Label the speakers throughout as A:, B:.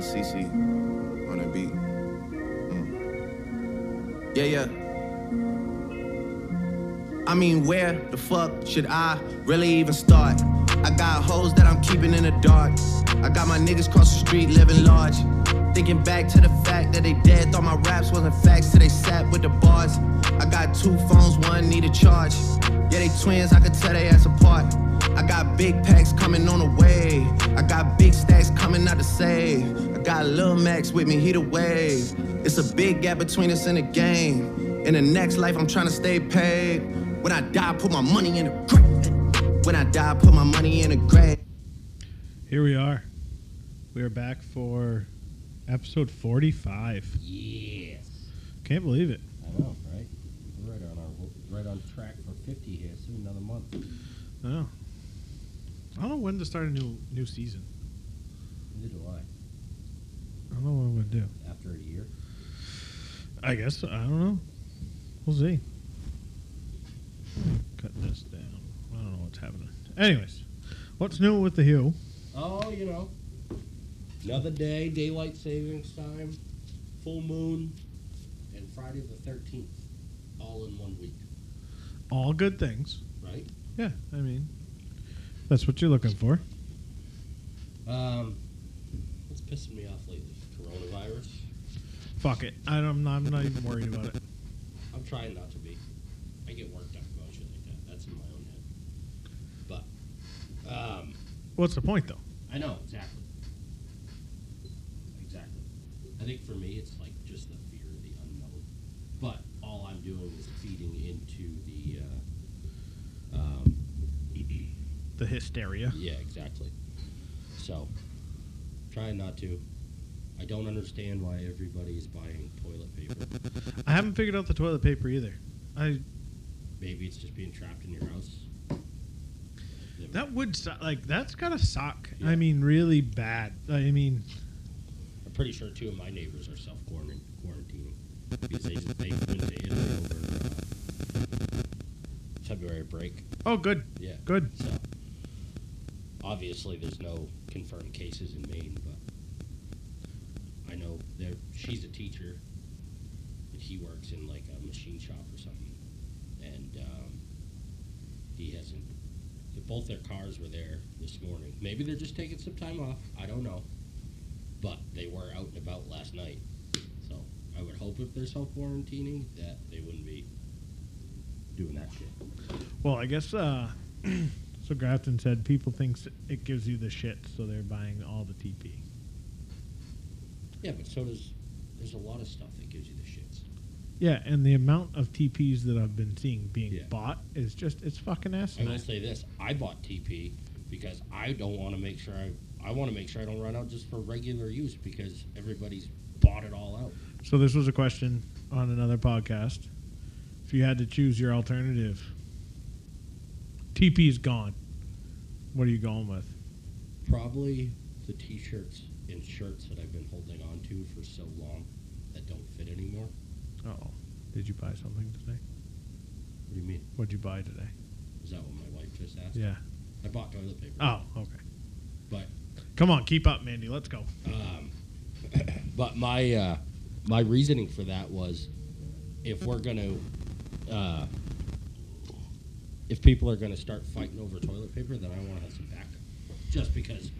A: CC on that beat. Mm. Yeah, yeah. I mean, where the fuck should I really even start? I got hoes that I'm keeping in the dark. I got my niggas cross the street living large. Thinking back to the fact that they dead, thought my raps wasn't facts till they sat with the bars. I got two phones, one need a charge. Yeah, they twins, I could tell they ass apart. I got big packs coming on the way. I got big stacks coming out to save. I got Lil Max with me, he the wave. It's a big gap between us in the game. In the next life, I'm trying to stay paid. When I die, I put my money in the grave. When I die, I put my money in the grave.
B: Here we are. We are back for episode 45.
C: Yes.
B: Can't believe it.
C: I know, right? We're right on our right on track for 50 here soon, another month.
B: I know. I don't know when to start a new new season.
C: Neither do I.
B: I don't know what I'm going to do.
C: After a year,
B: I guess, I don't know. We'll see. Cut this down. I don't know what's happening. Anyways, what's new with the Hugh?
C: oh, you know, another day, daylight savings time, full moon, and Friday the 13th, all in one week,
B: All good things.
C: right?
B: Yeah, I mean, that's what you're looking for.
C: Um, it's pissing me off lately, coronavirus.
B: Fuck it. I don't, I'm not even worried about it.
C: I'm trying not to be. I get worked up about shit like that. That's in my own head. But, um,
B: What's the point, though?
C: I know exactly. Exactly. I think for me, it's like just the fear of the unknown. But all I'm doing is feeding into the. Uh, um,
B: The hysteria.
C: yeah, exactly. So, trying not to. I don't understand why everybody is buying toilet paper.
B: I haven't figured out the toilet paper either. I
C: Maybe it's just being trapped in your house.
B: That would su- like that's gotta suck.
C: Yeah.
B: I mean, really bad. I mean,
C: I'm pretty sure two of my neighbors are self quarantining because they, they went to Italy over uh, February break.
B: oh, good,
C: Yeah.
B: good.
C: So obviously, there's no confirmed cases in Maine, but I know that she's a teacher, and he works in like a machine shop or something, and um, he hasn't. if Both their cars were there this morning. Maybe they're just taking some time off. I don't know, but they were out and about last night. So I would hope if they're self quarantining that they wouldn't be doing that shit.
B: Well, I guess uh, so. Grafton said people thinks it gives you the shit, so they're buying all the TP.
C: Yeah, but so does. There's a lot of stuff that gives you the shits.
B: Yeah, and the amount of TPs that I've been seeing being
C: Yeah.
B: bought is just it's fucking
C: I
B: asinine.
C: will say this: I bought TP because I don't want to make sure I. I want to make sure I don't run out just for regular use because everybody's bought it all out.
B: So this was a question on another podcast. If you had to choose your alternative, TP is gone. What are you going with?
C: Probably the T-shirts and shirts that I've been holding on to for so long that don't fit anymore.
B: Oh, did you buy something today?
C: What do you mean?
B: What'd you buy today?
C: Is that what my wife just asked?
B: Yeah.
C: I bought toilet paper,
B: Oh, okay.
C: but
B: Come on, keep up, Mandy. Let's go.
C: But my uh, my reasoning for that was, if we're gonna, uh, if people are gonna start fighting over toilet paper, then I want to have some backup. Just because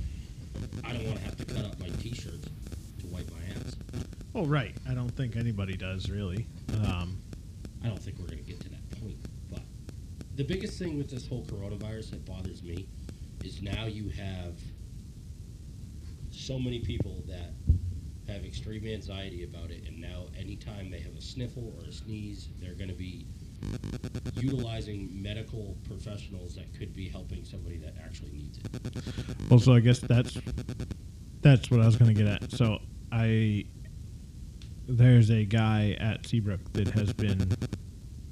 C: I don't want to have to cut up my T-shirts to wipe my ass.
B: Oh, right. I don't think anybody does really. Um,
C: I don't think we're gonna get to that point. But the biggest thing with this whole coronavirus that bothers me is now you have so many people that have extreme anxiety about it, and now anytime they have a sniffle or a sneeze, they're going to be utilizing medical professionals that could be helping somebody that actually needs it.
B: well, so I guess that's that's what I was going to get at. So I there's a guy at Seabrook that has been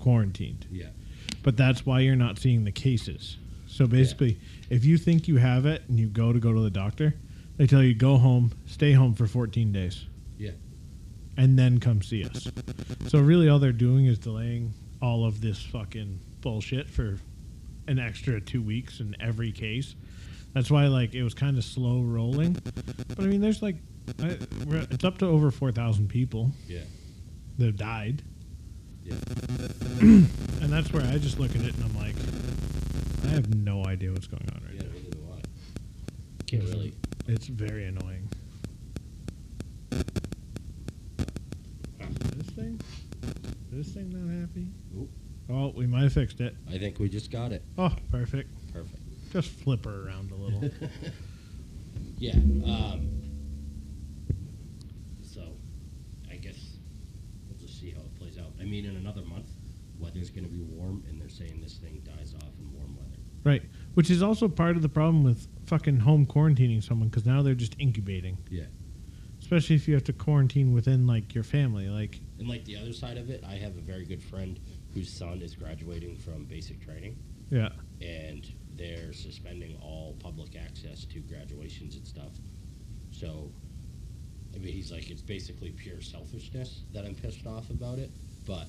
B: quarantined,
C: Yeah.
B: but that's why you're not seeing the cases. So basically, if you think you have it and you go to go to the doctor, they tell you go home, stay home for 14 days.
C: Yeah.
B: and then come see us. So really, all they're doing is delaying all of this fucking bullshit for an extra two weeks in every case. That's why like it was kind of slow rolling. But I mean, there's like I, we're, it's up to over 4,000 people
C: Yeah.
B: that have died.
C: Yeah.
B: And that's where I just look at it and I'm like, I have no idea what's going on right
C: Yeah,
B: now.
C: neither do I. Can't really.
B: It's very annoying. This thing? This thing not happy?
C: Oop.
B: Oh, we might have fixed it.
C: I think we just got it.
B: Oh, perfect.
C: Perfect.
B: Just flip her around a little.
C: Yeah. Um, so, I guess we'll just see how it plays out. I mean, in another month, weather's going to be warm, and they're saying this thing dies off in warm weather.
B: right. Which is also part of the problem with fucking home quarantining someone because now they're just incubating.
C: Yeah.
B: Especially if you have to quarantine within like your family. Like,
C: And like the other side of it, I have a very good friend whose son is graduating from basic training,
B: yeah.
C: and they're suspending all public access to graduations and stuff. So, I mean, he's like, it's basically pure selfishness that I'm pissed off about it. But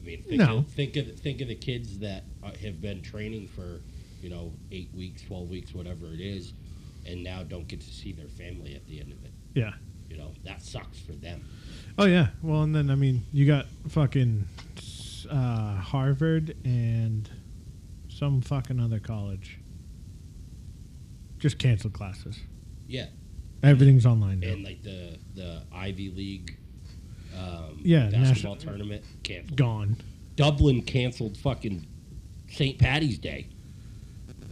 C: I mean, think,
B: No.
C: of, think of think of the kids that uh, have been training for, you know, eight weeks, twelve weeks, whatever it is, and now don't get to see their family at the end of it.
B: Yeah.
C: You know, that sucks for them.
B: Oh yeah. Well, and then I mean, you got fucking uh, Harvard and some fucking other college. Just cancel classes.
C: Yeah.
B: Everything's online now.
C: and like the the Ivy League um,
B: Yeah,
C: basketball
B: national-
C: tournament canceled.
B: Gone.
C: Dublin canceled fucking St. Patty's Day.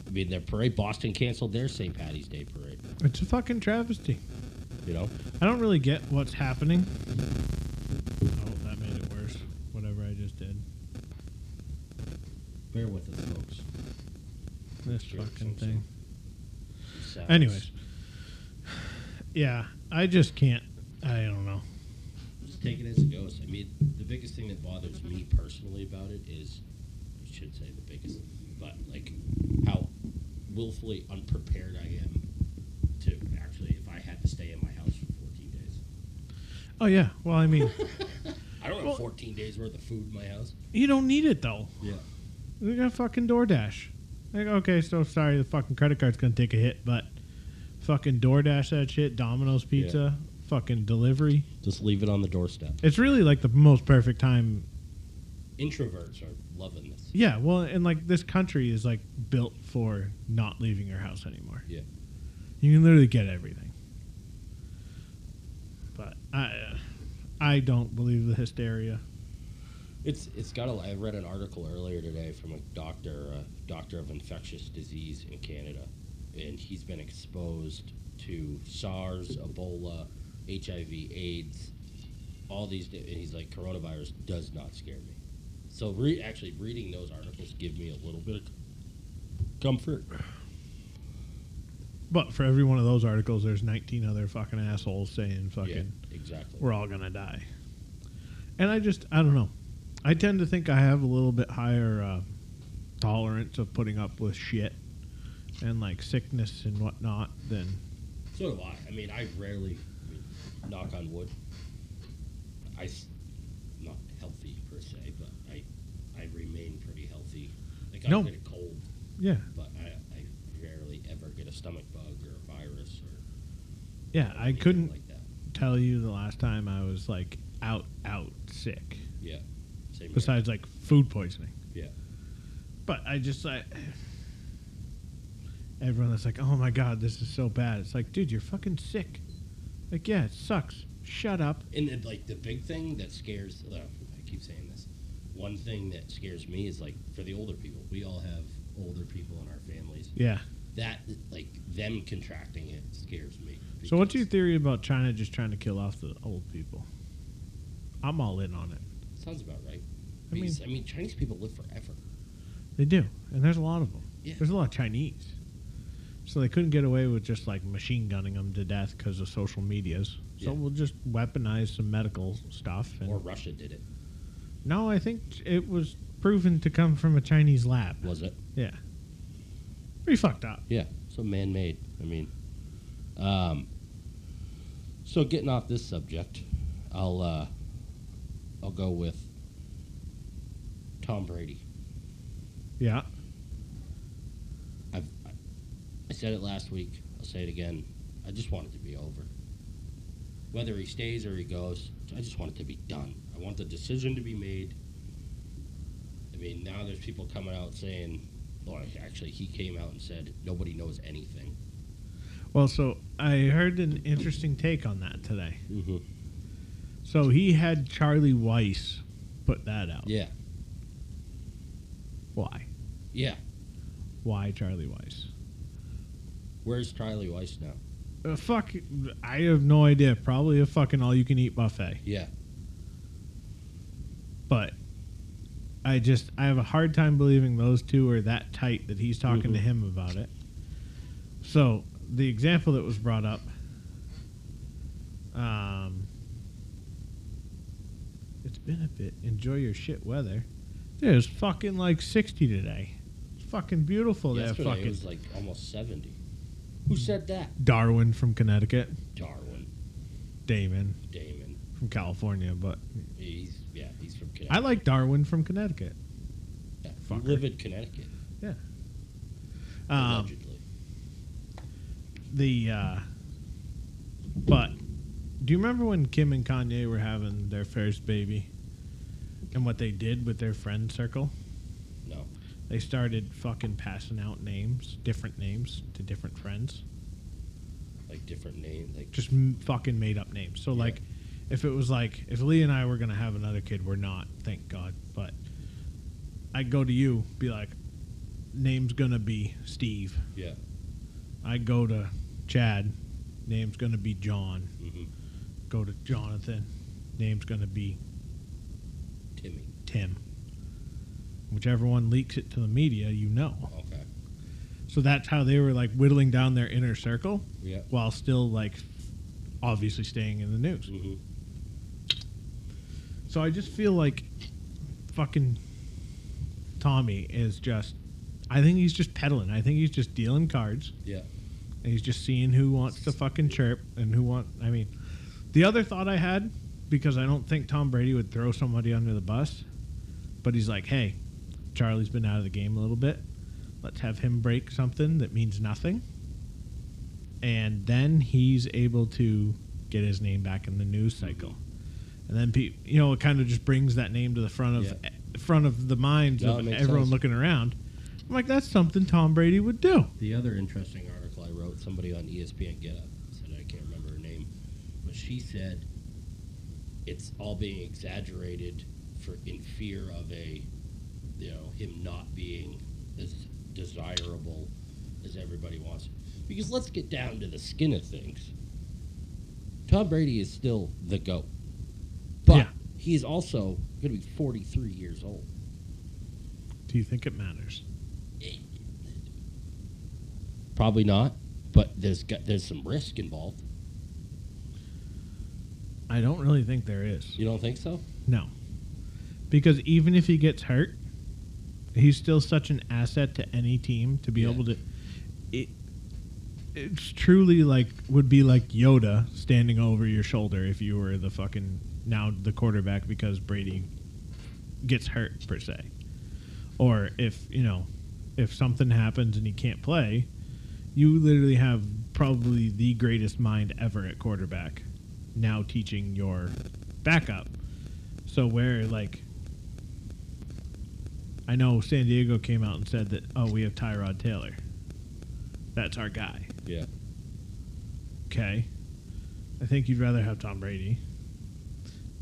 C: I mean their parade. Boston canceled their St. Patty's Day parade.
B: It's a fucking travesty.
C: You know,
B: I don't really get what's happening. Oh, that made it worse. Whatever I just did.
C: bear with us, folks.
B: This
C: Sure,
B: fucking
C: so- so-
B: thing.
C: Sounds-
B: Anyways. Yeah, I just can't. I don't know.
C: just take it as it goes. I mean, the biggest thing that bothers me personally about it is, I should say the biggest, but like how willfully unprepared I am to actually, if I had to stay in my house for 14 days.
B: Oh yeah. Well, I mean,
C: I don't have
B: Well-
C: 14 days worth of food in my house.
B: you don't need it though.
C: Yeah.
B: We got fucking DoorDash. Like, okay, so sorry, the fucking credit card's gonna take a hit, but fucking DoorDash that shit, Domino's Pizza, fucking delivery.
C: Just leave it on the doorstep.
B: It's really like the most perfect time.
C: Introverts are loving this.
B: Yeah, well, and like this country is like built for not leaving your house anymore.
C: Yeah.
B: You can literally get everything. But I, I don't believe the hysteria.
C: It's it's got a. I read an article earlier today from a doctor, a doctor of infectious disease in Canada, and he's been exposed to SARS, Ebola, HIV, AIDS, all these. di- And he's like, coronavirus does not scare me. So re- actually, reading those articles give me a little bit of comfort.
B: But for every one of those articles, there's 19 other fucking assholes saying fucking.
C: Yeah, exactly.
B: we're all gonna die. And I just I don't know. I tend to think I have a little bit higher uh, tolerance of putting up with shit and like sickness and whatnot than
C: So do I. I mean, I rarely I mean, knock on wood. I s- not healthy per se, but I I remain pretty healthy. Like I
B: No.
C: get a cold,
B: yeah
C: but I I rarely ever get a stomach bug or a virus or
B: yeah. I
C: anything
B: couldn't
C: like that.
B: tell you the last time I was like out out sick.
C: Yeah. Same here.
B: Besides like food poisoning.
C: Yeah.
B: But I just I. Everyone that's like, oh my god, this is so bad. It's like, dude, you're fucking sick. Like, yeah, it sucks. Shut up.
C: And then, like the big thing that scares, uh, I keep saying this. One thing that scares me is like for the older people. We all have older people in our families.
B: Yeah.
C: That like them contracting it scares me.
B: So, what's
C: because-
B: your theory about China just trying to kill off the old people? I'm all in on it.
C: Sounds about right.
B: I
C: I
B: mean-
C: mean, I mean, Chinese people live forever.
B: They do, and there's a lot of them.
C: Yeah.
B: There's a lot of Chinese, so they couldn't get away with just like machine gunning them to death because of social medias. So
C: Yeah.
B: we'll just weaponize some medical stuff. And
C: Or Russia did it.
B: no, I think it was proven to come from a Chinese lab.
C: Was it?
B: Yeah, pretty fucked up.
C: Yeah. So man-made. I mean, um. So getting off this subject, I'll uh, I'll go with Tom Brady.
B: Yeah,
C: I've I, I said it last week. I'll say it again. I just want it to be over. whether he stays or he goes, I just want it to be done. I want the decision to be made. I mean, now there's people coming out saying, or actually, he came out and said, nobody knows anything.
B: Well, so I heard an interesting take on that today.
C: Mm-hmm.
B: So he had Charlie Weiss put that out.
C: Yeah,
B: Why?
C: yeah.
B: Why Charlie Weiss?
C: Where's Charlie Weiss now?
B: Uh, fuck, I have no idea. Probably a fucking all-you-can-eat buffet.
C: Yeah,
B: But I just I have a hard time believing those two are that tight that he's talking to him about it. So the example that was brought up, um, it's been a bit. Enjoy your shit weather. There's fucking like sixty today. It's fucking beautiful there.
C: yesterday
B: Fucking
C: it was like almost seventy. Who said that?
B: Darwin from Connecticut,
C: Darwin
B: Damon
C: Damon.
B: from California, but
C: He's yeah, he's from Connecticut.
B: I like Darwin from Connecticut.
C: Yeah, you
B: fucker.
C: live in Connecticut
B: Um,
C: allegedly.
B: the uh but do you remember when Kim and Kanye were having their first baby and what they did with their friend circle?
C: No,
B: They started fucking passing out names, different names to different friends.
C: like different name, like
B: Just m- fucking made up names. So
C: Yeah.
B: like if it was like if Lee and I were going to have another kid, we're not, thank God, but I'd go to you be like name's going to be Steve.
C: yeah.
B: I go to Chad, name's going to be John.
C: hmm
B: go to Jonathan. Name's going to be
C: Timmy.
B: Tim. Whichever one leaks it to the media, you know.
C: Okay.
B: So that's how they were like whittling down their inner circle
C: Yeah.
B: while still like obviously staying in the news.
C: hmm
B: So I just feel like fucking Tommy is just, I think he's just peddling. I think he's just dealing cards.
C: Yeah.
B: And he's just seeing who wants to fucking chirp and who want. I mean, the other thought I had, because I don't think Tom Brady would throw somebody under the bus, but he's like, hey, Charlie's been out of the game a little bit. Let's have him break something that means nothing. And then he's able to get his name back in the news cycle. And then, pe- you know, it kind of just brings that name to the front of eh,
C: Yeah.
B: front of the minds
C: No, it
B: of
C: makes
B: everyone
C: sense.
B: looking around. I'm like, that's something Tom Brady would do.
C: The other interesting article I wrote, somebody on E ESPN Get Up said I can't remember her name, but she said it's all being exaggerated for in fear of a you know him not being as desirable as everybody wants. Because let's get down to the skin of things. Tom Brady is still the goat, but
B: Yeah.
C: he is also going to be 43 years old.
B: Do you think it matters?
C: Probably not, but there's got, there's some risk involved.
B: I don't really think there is.
C: You don't think so?
B: No. Because even if he gets hurt, he's still such an asset to any team to be
C: Yeah.
B: able to it it's truly like would be like Yoda standing over your shoulder if you were the fucking now the quarterback because Brady gets hurt per se. Or if, you know, if something happens and he can't play, you literally have probably the greatest mind ever at quarterback now teaching your backup. So where like I know San Diego came out and said that oh we have Tyrod Taylor. That's our guy.
C: Yeah.
B: Okay. I think you'd rather have Tom Brady.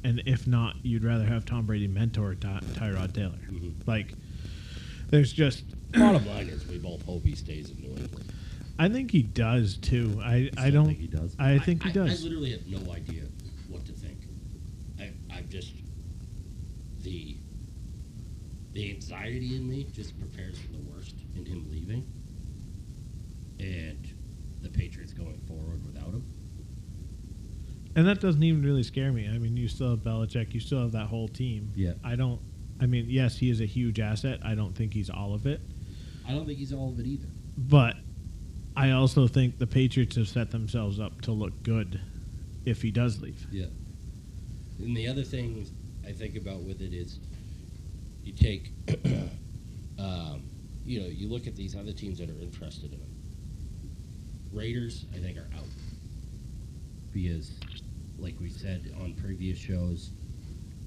B: And if not, you'd rather have Tom Brady mentor Ty- Tyrod Taylor.
D: Mm-hmm.
C: Mhm.
B: Like there's just
C: Bottom line is, we both hope he stays in New England.
B: I think he does too. I, I
D: don't
B: don't
D: think he does.
B: I think he
C: I,
B: does.
C: I literally have no idea what to think. I, I've just the the anxiety in me just prepares for the worst in him leaving, and the Patriots going forward without him.
B: And that doesn't even really scare me. I mean, you still have Belichick. You still have that whole team.
D: Yeah.
B: I don't. I mean, yes, he is a huge asset. I don't think he's all of it,
C: I don't think he's all of it either.
B: but I also think the Patriots have set themselves up to look good if he does leave.
C: Yeah. And the other thing I think about with it is you take, um, you know, you look at these other teams that are interested in him. Raiders, I think, are out because like we said on previous shows,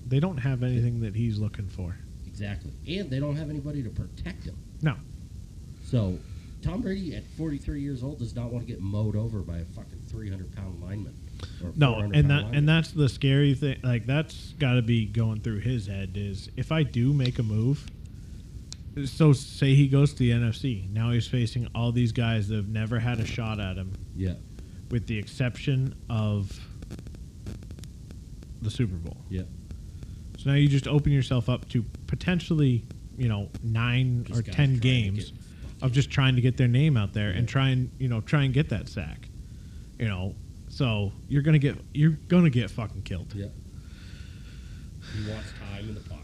B: They don't have anything that he's looking for.
C: exactly. And they don't have anybody to protect him.
B: No.
C: So Tom Brady at 43 years old does not want to get mowed over by a fucking 300 pound lineman. or a
B: No,
C: 400
B: and
C: pound
B: that
C: lineman.
B: and that's the scary thing. Like that's got to be going through his head is if I do make a move. So say he goes to the NFC. Now he's facing all these guys that have never had a shot at him,
C: yeah,
B: with the exception of the Super Bowl.
C: yeah.
B: So now you just open yourself up to potentially, you know, nine
C: Just
B: or
C: guys
B: ten
C: trying to
B: games
C: get
B: of just trying to get their name out there and
C: Yeah.
B: try and you know try and get that sack. You know, so you're gonna get you're gonna get fucking killed.
C: Yeah. He wants time in the pocket.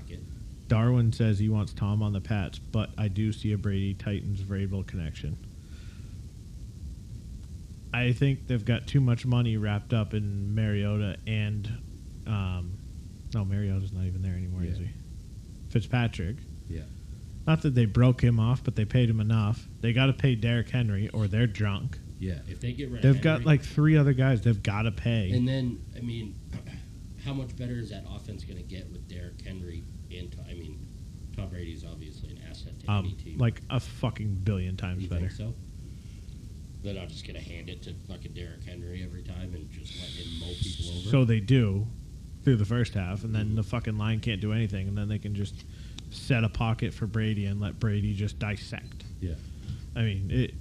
B: Darwin says he wants Tom on the Pats, but I do see a Brady Titans Vrabel connection. I think they've got too much money wrapped up in Mariota and, um, no, Mariota's not even there anymore, is
C: Yeah.
B: he? Fitzpatrick.
C: Yeah.
B: Not that they broke him off, but they paid him enough. They got to pay Derrick Henry, or they're drunk.
C: Yeah. If they get rid
B: They've
C: of
B: got
C: Henry-
B: like three other guys they've got to pay.
C: And then, I mean, how much better is that offense going to get with Derrick Henry? And I mean, Tom Brady is obviously an asset to any
B: um,
C: team.
B: like a fucking billion times
C: you
B: better.
C: think so? They're not just going to hand it to fucking Derrick Henry every time and just let him mow people over.
B: So they do through the first half, and then the fucking line can't do anything, and then they can just set a pocket for Brady and let Brady just dissect.
C: yeah,
B: I mean, it,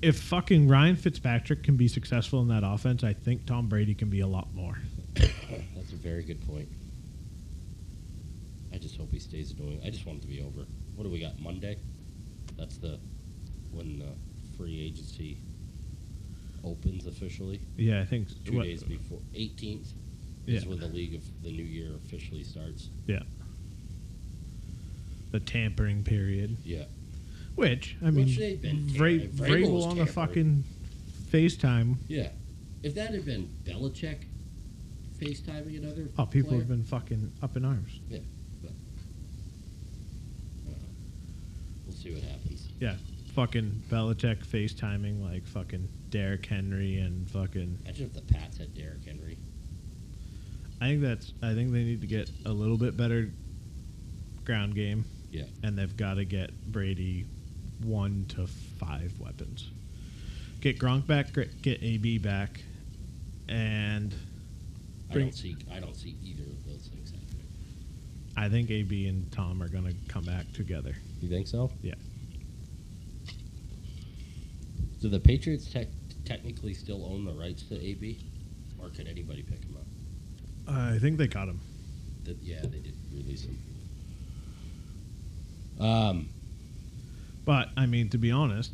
B: if fucking Ryan Fitzpatrick can be successful in that offense, I think Tom Brady can be a lot more.
C: that's a very good point. I just hope he stays annoying. I just want it to be over. What do we got Monday? That's the when the free agency opens officially.
B: Yeah, I think.
C: two
B: what-
C: days before 18th is
B: Yeah.
C: when the league of the new year officially starts
B: Yeah. The tampering period,
C: yeah
B: which I mean,
C: Which they've been
B: Vra-
C: tampering. Vrabel
B: Vrabel
C: was
B: on the fucking
C: tampering.
B: FaceTime.
C: yeah if that had been Belichick FaceTiming another
B: Oh, people
C: player,
B: have been fucking up in arms.
C: yeah but I don't know. we'll see what happens
B: Yeah, fucking Belichick FaceTiming like fucking Derrick Henry and fucking.
C: imagine if the Pats had Derrick Henry
B: I think that's. I think they need to get a little bit better ground game,
C: yeah
B: and they've got to get Brady one to five weapons. Get Gronk back. gr- Get AB back, and
C: I
B: Bring-
C: don't see I don't see either of those things happening
B: I think AB and Tom are gonna come back together.
C: you think so
B: Yeah.
C: do the Patriots tech technically still own the rights to AB or could anybody pick him up
B: I think they caught him.
C: That yeah, they did release him. Um,
B: But I mean, to be honest,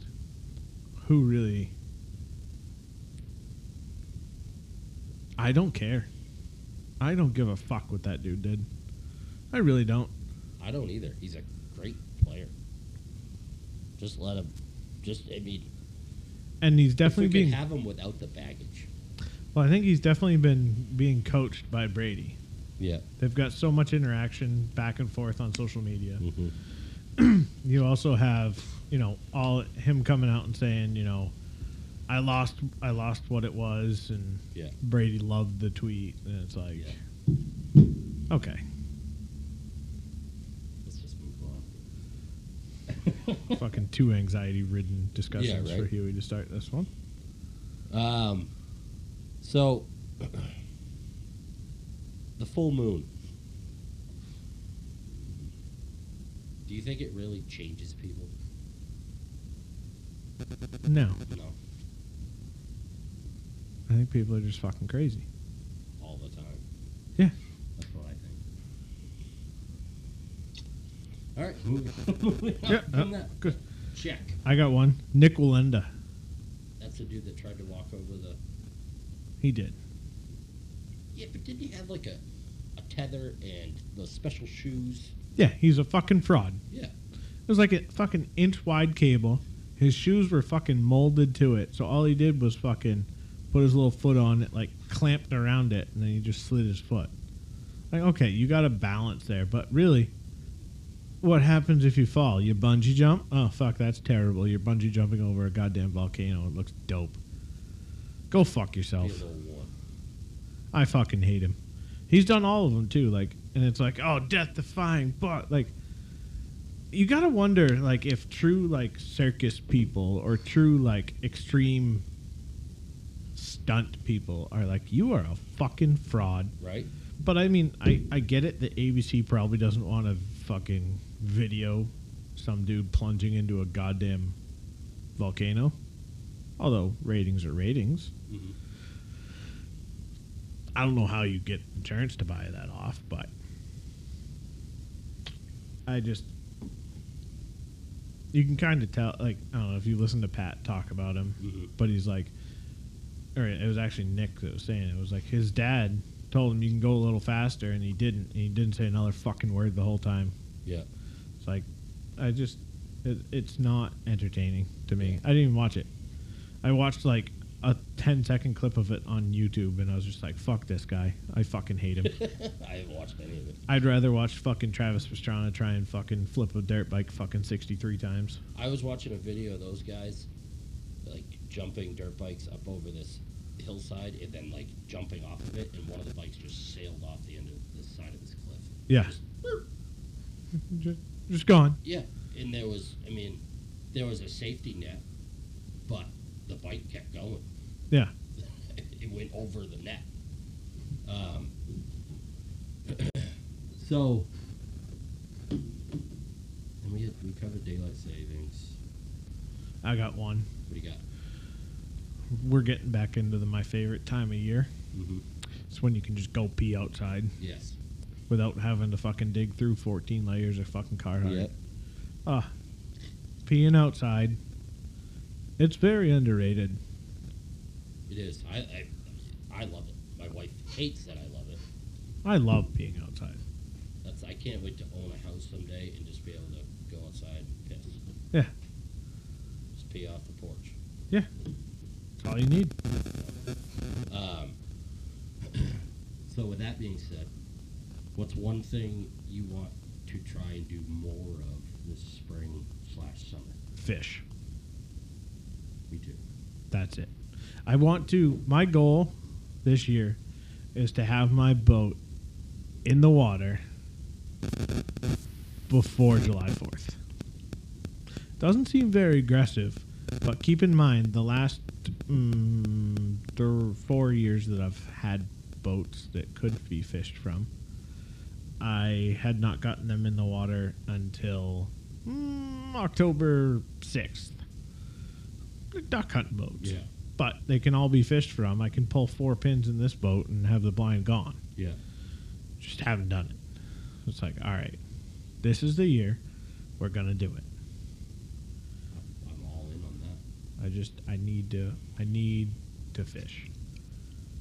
B: who really? I don't care. I don't give a fuck what that dude did. I really don't.
C: I don't either. He's a great player. Just let him. Just I mean,
B: And he's
C: if we
B: definitely
C: could
B: being.
C: have him without the baggage.
B: well, I think he's definitely been being coached by Brady.
C: Yeah.
B: They've got so much interaction back and forth on social media.
C: Mm-hmm.
B: you also have you know all him coming out and saying you know i lost i lost what it was and
C: Yeah.
B: brady loved the tweet and it's like okay
C: Let's just move on.
B: fucking two anxiety ridden discussions for
C: right.
B: huey to start this one
C: Um, so the full moon. Do you think it really changes people?
B: no
C: No,
B: i think people are just fucking crazy
C: all the time.
B: yeah
C: That's what I think. All right, moving on
B: Yeah,
C: from
B: uh,
C: that.
B: good.
C: Check.
B: i got one nick walenda
C: That's the dude that tried to walk over the.
B: he did
C: Yeah, but didn't he have like a, a tether and the special shoes?
B: yeah he's a fucking fraud
C: Yeah.
B: It was like a fucking inch wide cable. His shoes were fucking molded to it. So all he did was fucking put his little foot on it, like clamped around it, and then he just slid his foot. Like, okay, you got a balance there, but really, what happens if you fall? You bungee jump? Oh, fuck, that's terrible. You're bungee jumping over a goddamn volcano. It looks dope. Go fuck yourself.
C: Feel a little warm.
B: I fucking hate him. He's done all of them too. Like, and it's like, oh, death defying, but like, you gotta wonder, like, if true like circus people or true like extreme stunt people are like, you are a fucking fraud.
C: right?
B: But I mean, I, I get it that ABC probably doesn't want to fucking video some dude plunging into a goddamn volcano. Although ratings are ratings.
C: Mhm.
B: I don't know how you get insurance to buy that off, but I just you can kind of tell like I don't know if you listen to Pat talk about him,
C: Mhm.
B: but he's like or it was actually Nick that was saying it. It was like his dad told him you can go a little faster and he didn't. And he didn't say another fucking word the whole time.
C: Yeah.
B: It's like I just it, it's not entertaining to me. I didn't even watch it. I watched like a 10 second clip of it on YouTube and I was just like fuck this guy. I fucking hate him.
C: I haven't watched any of it.
B: I'd rather watch fucking Travis Pastrana try and fucking flip a dirt bike fucking 63 times.
C: I was watching a video of those guys like jumping dirt bikes up over this hillside and then like jumping off of it and one of the bikes just sailed off the end of the side of this cliff.
B: Yeah.
C: Just, "Boop."
B: Just, just gone.
C: yeah. And there was I mean, there was a safety net, but the bike kept going.
B: Yeah.
C: it went over the net. Um, so, and we we covered daylight savings.
B: I got one.
C: What do you got?
B: We're getting back into the my favorite time of year.
C: Mm-hmm.
B: It's when you can just go pee outside
C: Yes.
B: without having to fucking dig through 14 layers of fucking car hide. Ah, peeing outside. It's very underrated.
C: It is. I, I I love it. My wife hates that I love it.
B: I love peeing outside.
C: That's I can't wait to own a house someday and just be able to go outside and piss.
B: Yeah.
C: Just pee off the porch.
B: That's all you need.
C: Um, so with that being said, what's one thing you want to try and do more of this spring slash summer?
B: Fish.
C: Me too.
B: That's it. I want to. My goal this year is to have my boat in the water before July 4th. Doesn't seem very aggressive, but keep in mind the last mm, th- four years that I've had boats that could be fished from, I had not gotten them in the water until mm, October 6th. They're duck hunt boats but they can all be fished from. I can pull four pins in this boat and have the blind gone.
C: Yeah.
B: Just haven't done it. It's like, all right, this is the year we're gonna do it.
C: I'm all in on that.
B: I just I need to I need to fish.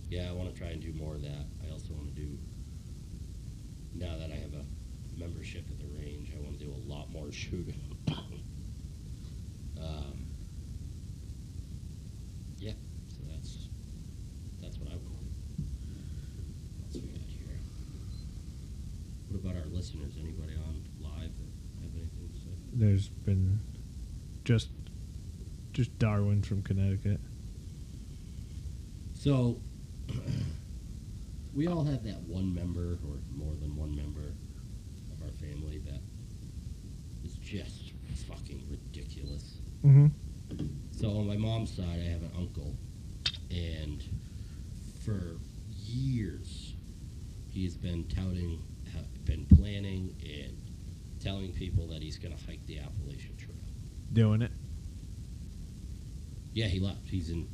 C: Yeah, I want to try and do more of that. I also want to do now that I have a membership at the range, I want to do a lot more shooting. um, yeah, so that's that's what I want. That's what we got here. What about our listeners? Anybody on live that have anything to say?
B: There's been just just Darwin from Connecticut.
C: So, we all have that one member, or more than one member, of our family that is just fucking ridiculous.
B: Mm-hmm.
C: So, on my mom's side, I have an uncle, and for years, he's been touting, ha- been planning, and telling people that he's going to hike the Appalachian Trail.
B: Doing it.
C: Yeah, he left. He's in.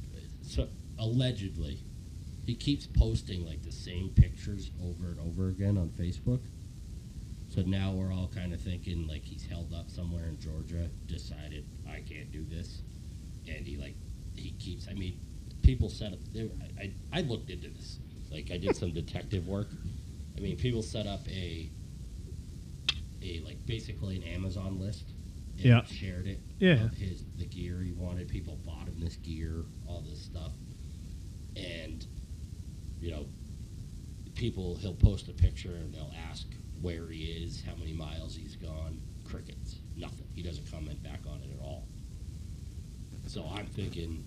C: So allegedly, he keeps posting like the same pictures over and over again on Facebook. So now we're all kind of thinking like he's held up somewhere in Georgia, decided I can't do this, and he like he keeps. I mean, people set up. They, I I looked into this. Like I did some detective work. I mean, people set up a a like basically an Amazon list. And
B: Yeah.
C: Shared it
B: Yeah.
C: of his the gear he wanted. People bought him this gear, all this stuff, and you know, people he'll post a picture and they'll ask where he is, how many miles he's gone. Crickets, nothing. He doesn't comment back on it at all. So I'm thinking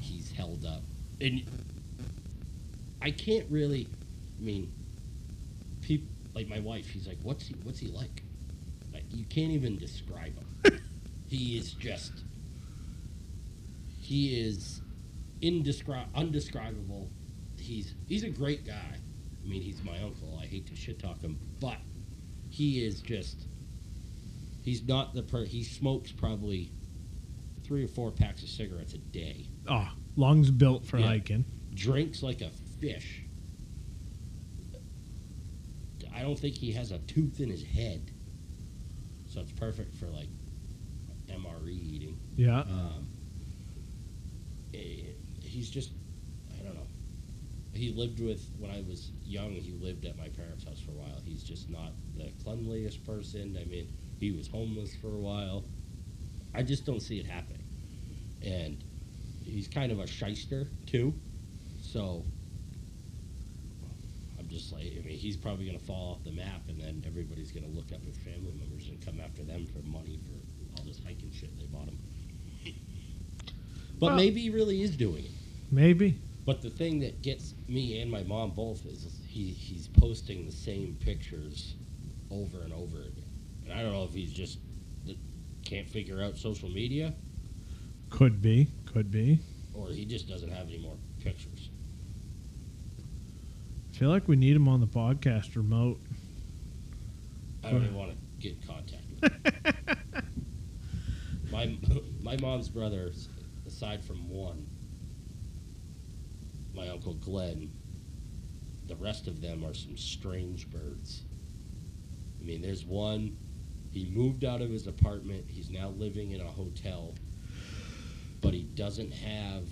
C: he's held up, and I can't really. I mean, peop like my wife. She's like, "What's he? What's he like?" Like you can't even describe him. he is just. He is indescri- undescribable. He's he's a great guy. I mean, he's my uncle. I hate to shit talk him, but he is just. He's not the per. He smokes probably three or four packs of cigarettes a day
B: Oh, lungs built for
C: Yeah.
B: hiking.
C: drinks like a fish. I don't think he has a tooth in his head, so it's perfect for like MRE eating.
B: Yeah.
C: Um, eh, he's just, I don't know. He lived with when I was young. He lived at my parents' house for a while. He's just not the cleanliest person. I mean, he was homeless for a while. I just don't see it happening. And he's kind of a shyster too, so I'm just like, I mean, he's probably gonna fall off the map, and then everybody's gonna look up his family members and come after them for money for all this hiking shit they bought him. But
B: Well-
C: maybe he really is doing it.
B: Maybe.
C: But the thing that gets me and my mom both is he, he's posting the same pictures over and over again. And I don't know if he's just th- can't figure out social media
B: Could be. Could be.
C: or he just doesn't have any more pictures.
B: I feel like we need him on the podcast remote.
C: I don't even want to get in contact with him. my, my mom's brothers, aside from one, my uncle Glenn, the rest of them are some strange birds. I mean, there's one, he moved out of his apartment. He's now living in a hotel, but he doesn't have.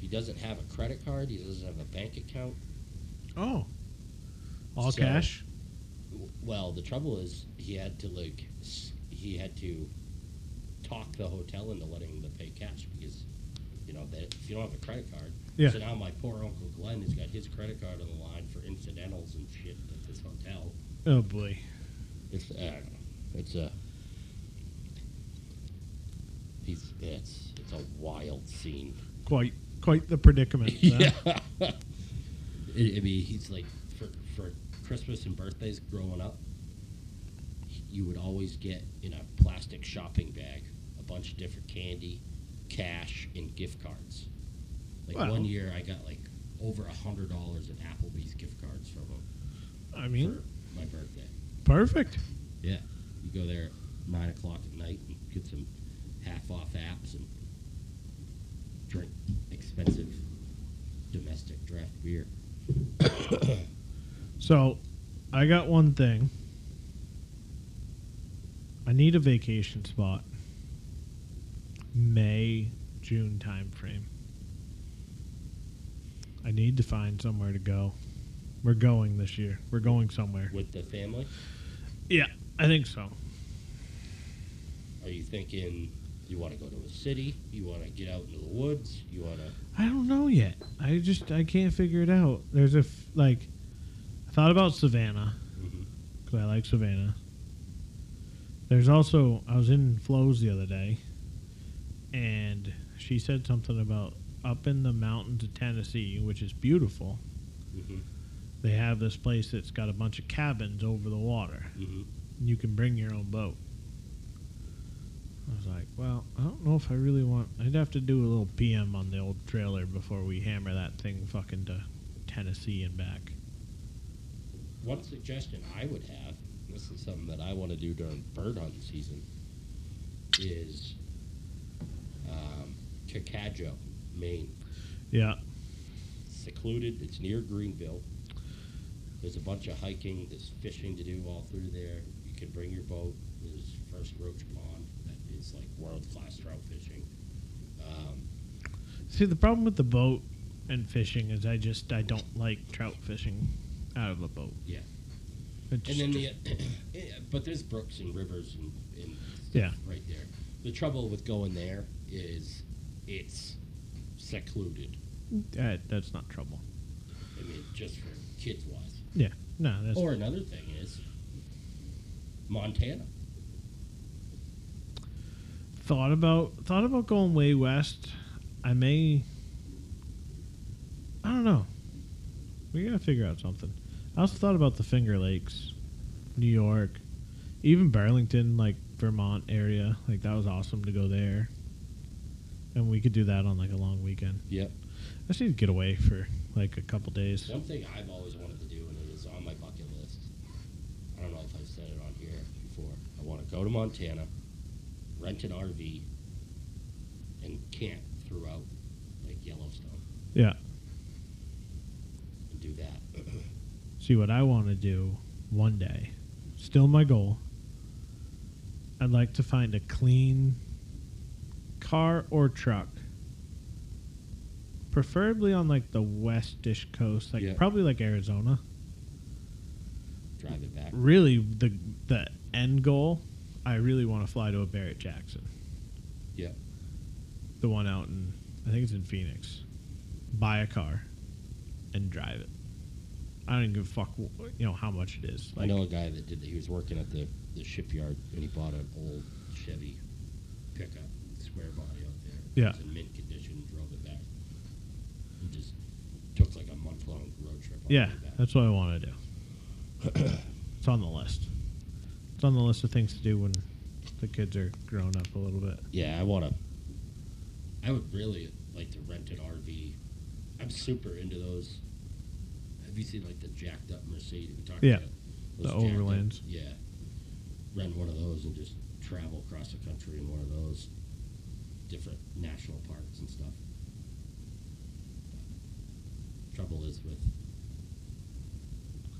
C: He doesn't have a credit card. He doesn't have a bank account.
B: Oh. All
C: So-
B: cash?
C: Well, the trouble is he had to like s- he had to talk the hotel into letting them pay cash because you know that if you don't have a credit card,
B: Yeah.
C: so now my poor uncle Glenn has got his credit card on the line for incidentals and shit at this hotel.
B: Oh, boy.
C: It's I don't know. It's uh, a he's it's it's a wild scene.
B: Quite quite the predicament. huh?
C: Yeah. I I mean, he's like for for Christmas and birthdays growing up, you would always get in a plastic shopping bag a bunch of different candy, cash, and gift cards. Like
B: Wow.
C: one year, I got like over a hundred dollars in Applebee's gift cards from him
B: I mean,
C: for my birthday.
B: perfect.
C: Yeah, you go there at nine o'clock at night and get some half off apps and drink expensive domestic draft beer.
B: So, I got one thing. I need a vacation spot. May, June time frame. I need to find somewhere to go. We're going this year. We're going somewhere.
C: with the family?
B: Yeah, I think so.
C: Are you thinking you want to go to a city? You want to get out into the woods? You want to?
B: I don't know yet. I just I can't figure it out. There's a f- like I thought about Savannah
C: mm-hmm,
B: because I like Savannah. There's also I was in Flo's the other day, and she said something about up in the mountains of Tennessee, which is beautiful.
C: Mhm.
B: They have this place that's got a bunch of cabins over the water.
C: mm-hmm.
B: and You can bring your own boat. I was like, well, I don't know if I really want. I'd have to do a little PM on the old trailer before we hammer that thing fucking to Tennessee and back.
C: One suggestion I would have, this is something that I want to do during bird hunting season, is um, Kakajo, Maine.
B: Yeah,
C: secluded. It's near Greenville. There's a bunch of hiking. There's fishing to do all through there. You can bring your boat. There's First Roach Pond. That is like world class trout fishing. Um,
B: See, the problem with the boat and fishing is I just I don't like trout fishing out of a boat.
C: yeah.
B: It
C: And
B: just-
C: then the, yeah, but there's brooks and rivers and, and stuff
B: Yeah.
C: right there. The trouble with going there is it's secluded.
B: that, uh, that's not trouble.
C: I mean, just for kids wise.
B: Yeah, no, that's
C: Or another thing is Montana.
B: thought about thought about going way west. I may. I don't know. We gotta figure out something. I also thought about the Finger Lakes, New York, even Burlington, like Vermont area. Like that was awesome to go there. And we could do that on like a long weekend.
C: Yep.
B: I just need to get away for like a couple days.
C: Something I've always wanted to do, and it is on my bucket list. I don't know if I've said it on here before. I want to go to Montana, rent an RV, and camp throughout Lake Yellowstone
B: Yeah.
C: and do that.
B: See what I want to do one day. Still my goal. I'd like to find a clean car or truck. Preferably on like the westish coast, like
C: Yeah.
B: probably like Arizona.
C: Drive it back.
B: Really the the end goal, I really want to fly to a Barrett Jackson.
C: Yeah.
B: The one out in I think it's in Phoenix. Buy a car and drive it. I don't even give a fuck wh- you know how much it is.
C: I know a guy that did that. He was working at the, the shipyard, and he bought an old Chevy pickup, square body out there.
B: Yeah.
C: It was in mint condition, drove it back. And just took like a month long road trip. all the
B: Yeah,
C: way back.
B: that's what I want to do. it's on the list. It's on the list of things to do when the kids are grown up a little bit.
C: Yeah, I want to. I would really like to rent an RV. I'm super into those. Have you seen like the jacked up Mercedes? We talked
B: Yeah,
C: about
B: the
C: those jacked up-
B: overlands.
C: yeah, rent one of those and just travel across the country in one of those different national parks and stuff. Trouble is with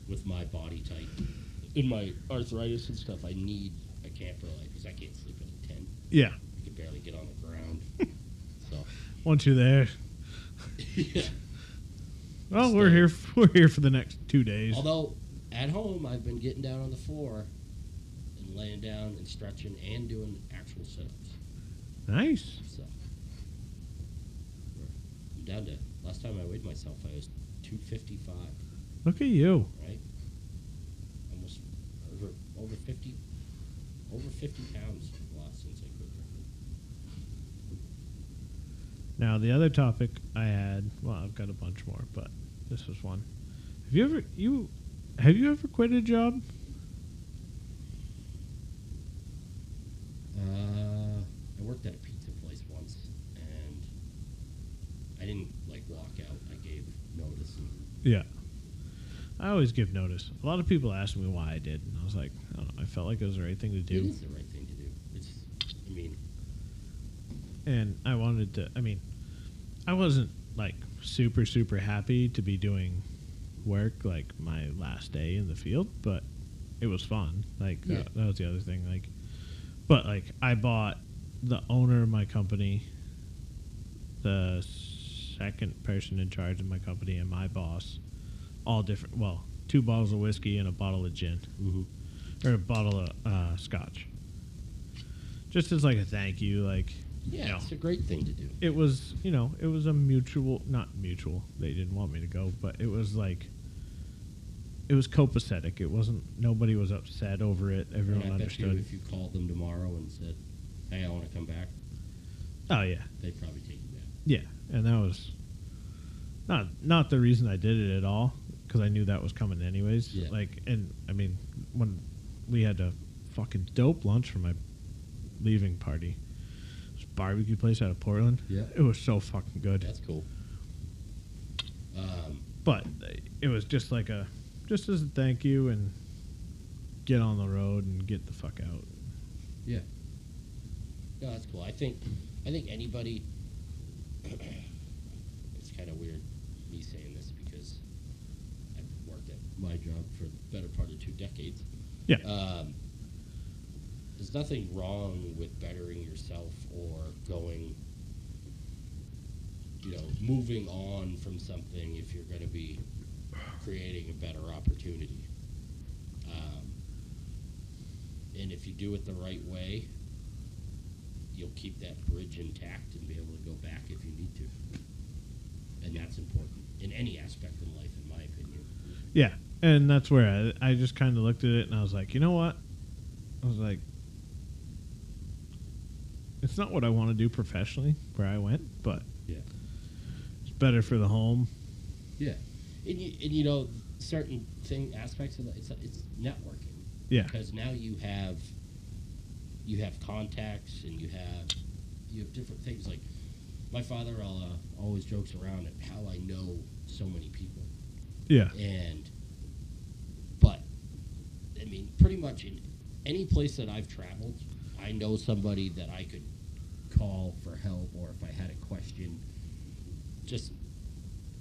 C: with my body type, in my arthritis and stuff, I need a camper life because I can't sleep in a tent.
B: Yeah,
C: You could barely get on the ground. so,
B: once you're there,
C: yeah.
B: well, we're here. We're here for the next two days.
C: Although at home, I've been getting down on the floor and laying down and stretching and doing actual sit-ups.
B: Nice.
C: So, I'm down to last time I weighed myself, I was 255.
B: Look at you.
C: Right, almost over over 50, over 50 pounds lost since I quit drinking.
B: Now the other topic I had. Well, I've got a bunch more, but this was one. Have you ever you have you ever quit a job?
C: Uh, I worked at a pizza place once, and I didn't like walk out. I gave notice. And
B: Yeah. I always give notice. A lot of people ask me why I did, and I was like, I don't know. I felt like it was the right thing to do.
C: It is the right thing to do. It's, I mean,
B: and I wanted to. I mean, I wasn't like super super happy to be doing work like my last day in the field, but it was fun. Like
C: Yeah.
B: that, that was the other thing. Like, but like I bought the owner of my company, the second person in charge of my company, and my boss, all different. Well, two bottles of whiskey and a bottle of gin,
C: Mm-hmm.
B: or a bottle of uh, scotch. Just as like a thank you, like
C: yeah,
B: you know,
C: it's a great thing to do.
B: it was you know it was a mutual not mutual they didn't want me to go but it was like it was copacetic it wasn't nobody was upset over it
C: And
B: everyone
C: I bet you
B: understood
C: if you called them tomorrow and said, "Hey, I want to come back,"
B: oh yeah
C: they'd probably take you back.
B: yeah and that was not not the reason i did it at all because i knew that was coming anyways
C: Yeah.
B: like and i mean when we had a fucking dope lunch for my leaving party this barbecue place out of portland
C: Yeah.
B: it was so fucking good
C: That's cool. Um,
B: but it was just like a just as a thank you and get on the road and get the fuck out
C: Yeah. No, that's cool. I think I think anybody it's kind of weird me saying this because I've worked at my job for the better part of two decades.
B: yeah
C: Um, there's nothing wrong with bettering yourself or going, you know, moving on from something if you're going to be creating a better opportunity. Um, and if you do it the right way, you'll keep that bridge intact and be able to go back if you need to. And that's important in any aspect of life, in my opinion.
B: yeah and that's where i, I just kind of looked at it and i was like you know what i was like it's not what i want to do professionally where i went but
C: Yeah.
B: it's better for the home
C: Yeah. and you, and you know certain thing aspects of that, it's it's networking
B: Yeah.
C: because now you have you have contacts and you have you have different things like my father I'll, uh, always jokes around at how I know so many people
B: Yeah.
C: and but I mean pretty much in any place that I've traveled I know somebody that I could call for help or if I had a question just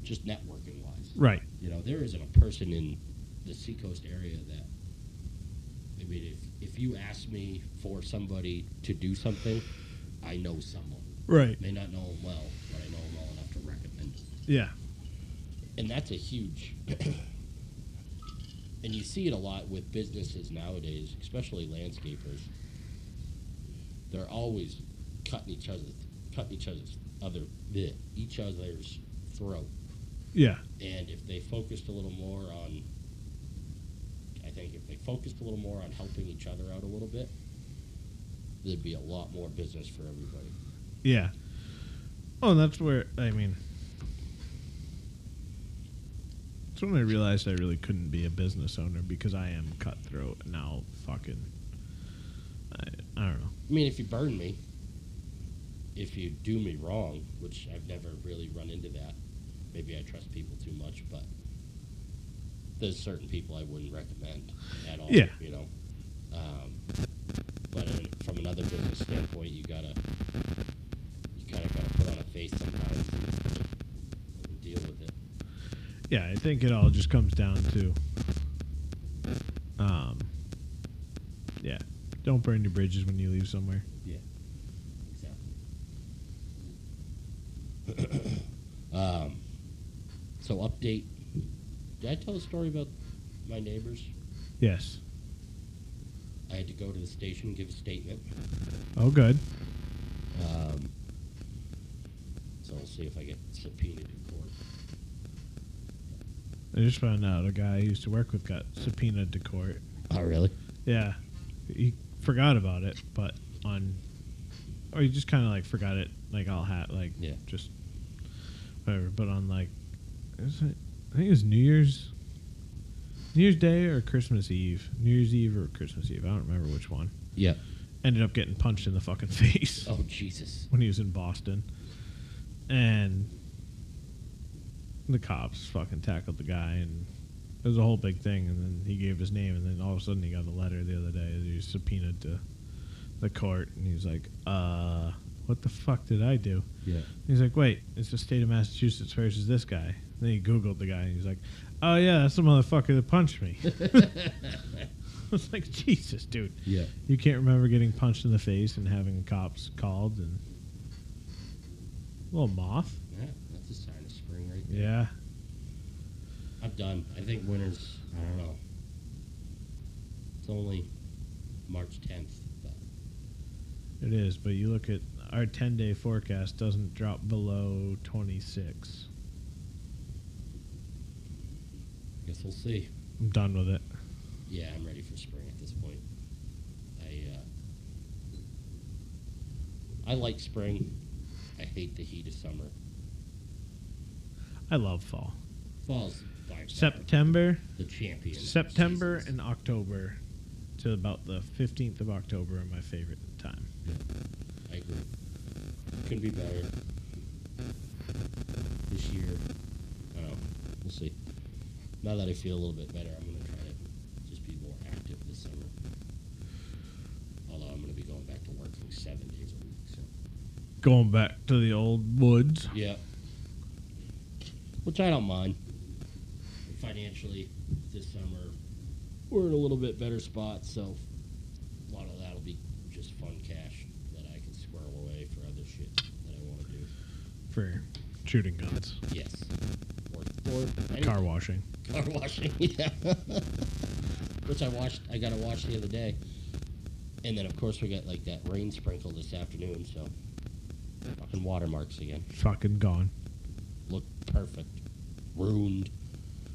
C: just networking wise
B: Right.
C: you know, there isn't a person in the Seacoast area that. I mean, if if you ask me for somebody to do something, I know someone.
B: Right.
C: May not know them well, but I know them well enough to recommend them
B: Yeah.
C: and that's a huge and you see it a lot with businesses nowadays especially landscapers they're always cutting each other cutting each other's other bleh, each other's throat
B: Yeah.
C: and if they focused a little more on i think if they focused a little more on helping each other out a little bit there'd be a lot more business for everybody
B: Yeah. Oh, and that's where I mean. That's when I realized I really couldn't be a business owner because I am cutthroat and I'll fucking. I, I don't know.
C: I mean, if you burn me, if you do me wrong, which I've never really run into that. Maybe I trust people too much, but there's certain people I wouldn't recommend at all.
B: Yeah.
C: You know. Um, but in, from another business standpoint, you gotta you kind of gotta put on a face sometimes and deal with it.
B: Yeah, I think it all just comes down to. Um. Yeah, don't burn your bridges when you leave somewhere.
C: Yeah. Exactly. um, so update. Did I tell a story about my neighbors?
B: Yes.
C: I had to go to the station and give a statement.
B: Oh, good.
C: Um, so we'll see if I get subpoenaed in court.
B: I just found out a guy I used to work with got subpoenaed to court.
C: Oh, really?
B: Yeah, he forgot about it, but on, or he just kind of like forgot it, like all hat, like
C: Yeah.
B: just whatever. But on like, is it, I think it was New Year's, New Year's Day or Christmas Eve, New Year's Eve or Christmas Eve. I don't remember which one.
C: Yeah.
B: Ended up getting punched in the fucking face
C: Oh, Jesus.
B: when he was in Boston, and the cops fucking tackled the guy, and it was a whole big thing. And then he gave his name, and then all of a sudden he got a letter the other day. that He was subpoenaed to the court, and he's like, "Uh, what the fuck did I do?"
C: Yeah.
B: He's like, "Wait, it's the state of Massachusetts versus this guy." Then he googled the guy, and he's like, "Oh yeah, that's the motherfucker that punched me." I was like, "Jesus, dude."
C: Yeah.
B: You can't remember getting punched in the face and having cops called and little moth.
C: Yeah, that's a sign of spring right there.
B: Yeah,
C: I'm done. I think winter's, I don't know. It's only March 10th, but
B: it is. But you look at our ten-day forecast doesn't drop below twenty-six.
C: I guess we'll see.
B: I'm done with it.
C: Yeah, I'm ready for spring at this point. I uh, I like spring. I hate the heat of summer.
B: I love fall.
C: Fall's by far
B: September,
C: the champion. of
B: September,
C: seasons.
B: and October to about the fifteenth of October are my favorite time.
C: I agree. Could be better this year. I don't know. We'll see. Now that I feel a little bit better, I'm gonna try to just be more active this summer. Although I'm gonna be going back to working seven days a week. So.
B: Going back to the old woods.
C: Yeah. Which I don't mind. Financially, this summer, we're in a little bit better spot, so a lot of that'll be just fun cash that I can squirrel away for other shit that I want to do.
B: for shooting guns,
C: Yes. Or, or any-
B: car washing.
C: car washing, yeah. Which I watched, I got to watch the other day. And then, of course, we got like that rain sprinkle this afternoon, so fucking watermarks again.
B: Fucking gone.
C: looked perfect, ruined.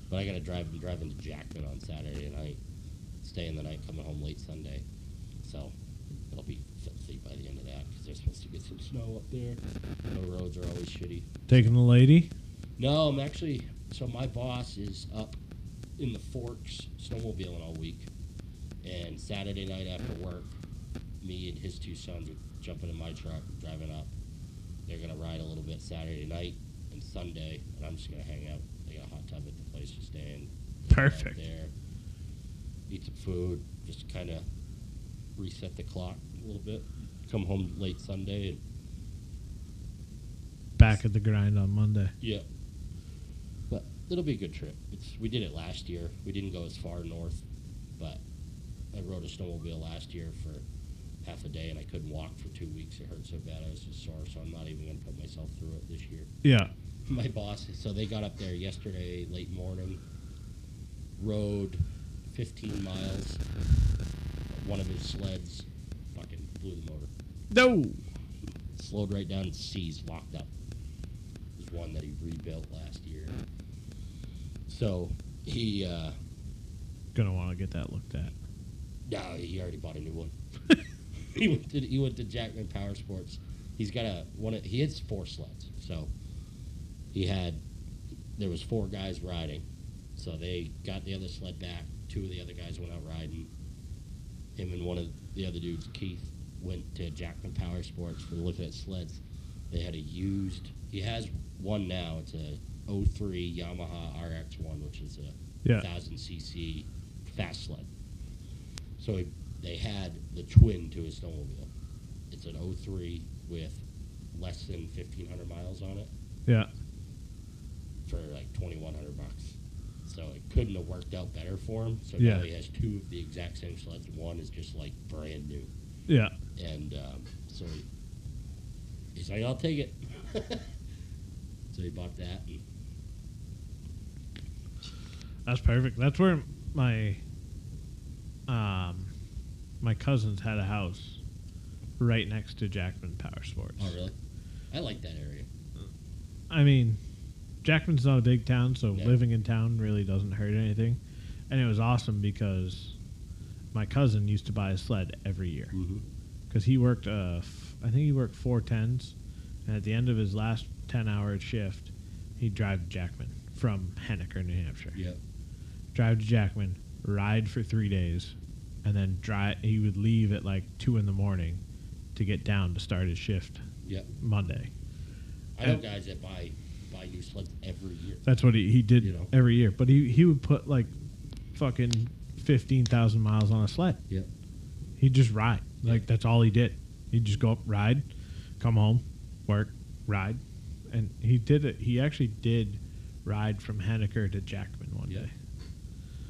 C: But I gotta drive. I'm driving to Jackman on Saturday night, staying the night, coming home late Sunday. So it'll be filthy by the end of that because they're supposed to get some snow up there. The roads are always shitty.
B: Taking the lady.
C: No, I'm actually So my boss is up in the forks snowmobiling all week, and Saturday night after work, me and his two sons are jumping in my truck, driving up. They're gonna ride a little bit Saturday night and Sunday, and I'm just gonna hang out. They got a hot tub at the place we're staying. hang out
B: Perfect.
C: There, eat some food, just kind of reset the clock a little bit. Come home late Sunday, and
B: Back at the grind on Monday.
C: yeah. But it'll be a good trip. It's we did it last year. We didn't go as far north, but I rode a snowmobile last year for half a day and I couldn't walk for two weeks. It hurt so bad I was just sore, so I'm not even gonna put myself through it this year.
B: Yeah.
C: My boss so they got up there yesterday late morning, rode fifteen miles. One of his sleds fucking blew the motor
B: No.
C: slowed right down and seized, locked up. There's one that he rebuilt last year. So he, uh,
B: Gonna want to get that looked at.
C: no, he already bought a new one. he went to he went to Jackman Power Sports. He's got a one. Of, he has four sleds, so he had there was four guys riding. So they got the other sled back. Two of the other guys went out riding. Him and one of the other dudes, Keith, went to Jackman Power Sports for looking at sleds. They had a used. He has one now. It's a 03 Yamaha RX1, which is a
B: Yeah.
C: 1000 cc fast sled. So he, they had the twin to his snowmobile. It's an 03 with less than 1500 miles on it
B: Yeah.
C: for like 2100 bucks. So it couldn't have worked out better for him. So
B: Yeah.
C: now he has two of the exact same sleds. One is just like brand new.
B: Yeah.
C: And um, so he, he's like, I'll take it. so he bought that. And
B: That's perfect. That's where my um my cousins had a house right next to Jackman Power Sports.
C: oh, really? I like that area.
B: I mean, Jackman's not a big town, so
C: No.
B: living in town really doesn't hurt anything. And it was awesome because my cousin used to buy a sled every year
C: Mm-hmm.
B: because he worked, uh, f- I think he worked four tens, and at the end of his last ten hour shift, he'd drive to Jackman from Henniker, New Hampshire.
C: Yep.
B: Drive to Jackman, ride for three days, and then drive. He would leave at like two in the morning to get down to start his shift
C: Yep.
B: Monday.
C: I know
B: And-
C: guys that buy buy new sleds every year.
B: That's what he, he did
C: You know?
B: every year. But he, he would put like fucking 15,000 miles on a sled.
C: Yep.
B: He'd just ride. Like
C: Yeah.
B: that's all he did. He'd just go up, ride, come home, work, ride. And he did it. He actually did ride from Henniker to Jackman one
C: Yeah.
B: day.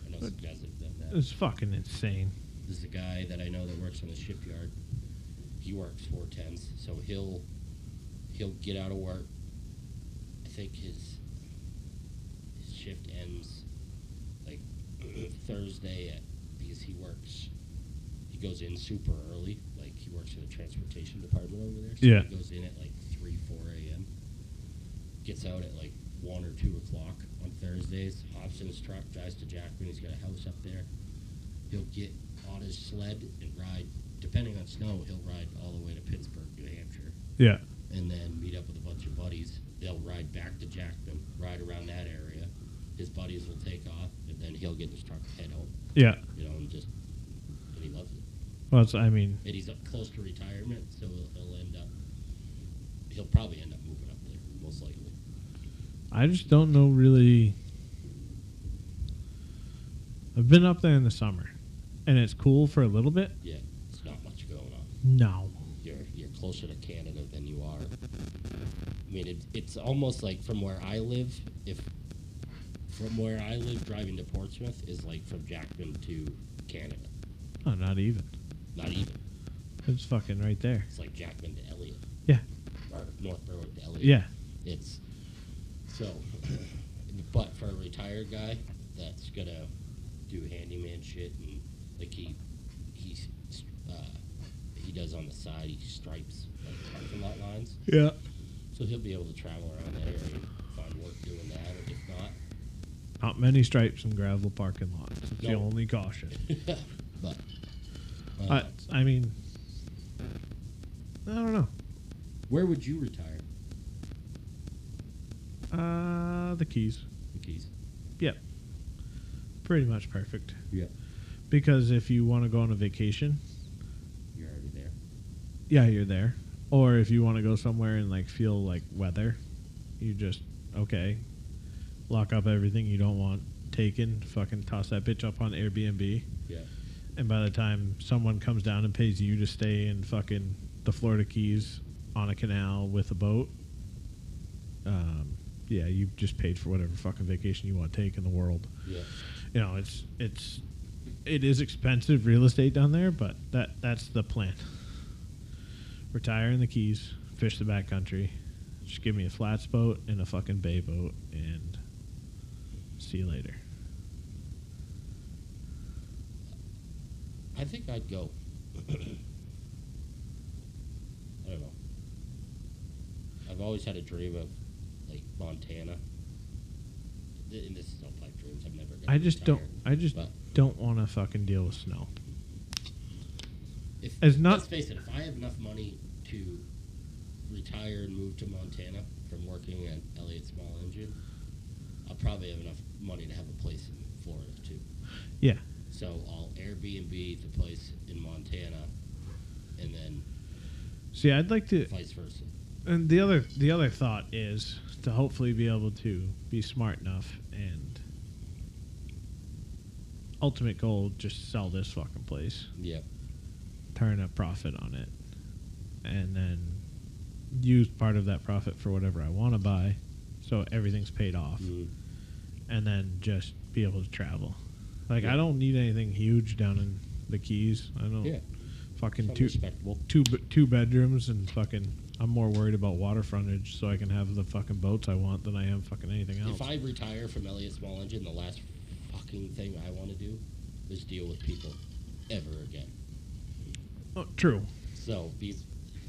C: I know some guys that have done that.
B: It was fucking insane.
C: There's a guy that I know that works on the shipyard. He works four tens, so he'll he'll get out of work. I think his his shift ends like Thursday at because he works. He goes in super early, like he works in the transportation department over there. So
B: Yeah.
C: He goes in at like three, four a.m. Gets out at like one or two o'clock on Thursdays. Hops in his truck, drives to Jackman. He's got a house up there he'll get on his sled and ride. Depending on snow, he'll ride all the way to Pittsburgh, New Hampshire,
B: Yeah.
C: and then meet up with a bunch of buddies. They'll ride back to Jackman, ride around that area. His buddies will take off, and then he'll get in his truck and head home.
B: Yeah.
C: You know, and just and he loves it.
B: Well, it's, I mean,
C: And he's up close to retirement, so he'll, he'll end up. He'll probably end up moving up there, most likely.
B: I just don't know really. I've been up there in the summer and it's cool for a little bit.
C: Yeah, it's not much going on.
B: No.
C: you're you're closer to Canada than you are. I mean, it, it's almost like from where I live. If from where I live, driving to Portsmouth is like from Jackman to Canada.
B: Oh, not even.
C: Not even.
B: It's fucking right there.
C: It's like Jackman to Elliot
B: Yeah.
C: or North Berwick to Elliot.
B: Yeah.
C: It's so. but for a retired guy that's gonna do handyman shit and like he he's uh, he does on the side, he stripes like parking lot lines.
B: Yeah.
C: So he'll be able to travel around that area and find work doing that, or if not,
B: Not many stripes and gravel parking lots. It's the
C: No.
B: only caution.
C: but uh,
B: I, I mean, I don't know.
C: where would you retire?
B: Uh, the keys.
C: Okay,
B: Yep. Pretty much perfect.
C: Yeah.
B: Because if you want to go on a vacation,
C: You're already there.
B: yeah, you're there. Or if you want to go somewhere and like feel like weather, you just okay, lock up everything you don't want taken, fucking toss that bitch up on Airbnb,
C: Yeah.
B: and by the time someone comes down and pays you to stay in fucking the Florida Keys on a canal with a boat, um, yeah, you've just paid for whatever fucking vacation you want to take in the world
C: Yeah.
B: you know, it's it's it is expensive real estate down there, but that that's the plan. Retire in the Keys, fish the backcountry, just give me a flats boat and a fucking bay boat, and see you later.
C: I think I'd go. I don't know. I've always had a dream of like Montana. Th- And this is all pipe dreams. I've never.
B: I
C: gonna
B: just don't.
C: retire.
B: I just
C: But
B: don't want to fucking deal with snow.
C: if,
B: as not-
C: Let's face it. If I have enough money to retire and move to Montana from working at Elliott Small Engine, I'll probably have enough money to have a place in Florida too.
B: Yeah,
C: So I'll Airbnb the place in Montana, and then
B: see, I'd like to.
C: vice versa.
B: And the other the other thought is to hopefully be able to be smart enough and ultimate goal just sell this fucking place.
C: Yeah.
B: turn a profit on it and then use part of that profit for whatever I want to buy so everything's paid off
C: Mm-hmm.
B: and then just be able to travel. Like
C: Yeah.
B: I don't need anything huge down in the keys. I don't
C: Yeah.
B: fucking
C: Something
B: two
C: respectable.
B: two be- two bedrooms and fucking I'm more worried about water frontage so I can have the fucking boats I want than I am fucking anything else.
C: If I retire from Elliott Small Engine, the last fucking thing I want to do is deal with people ever again.
B: oh, true.
C: So, these,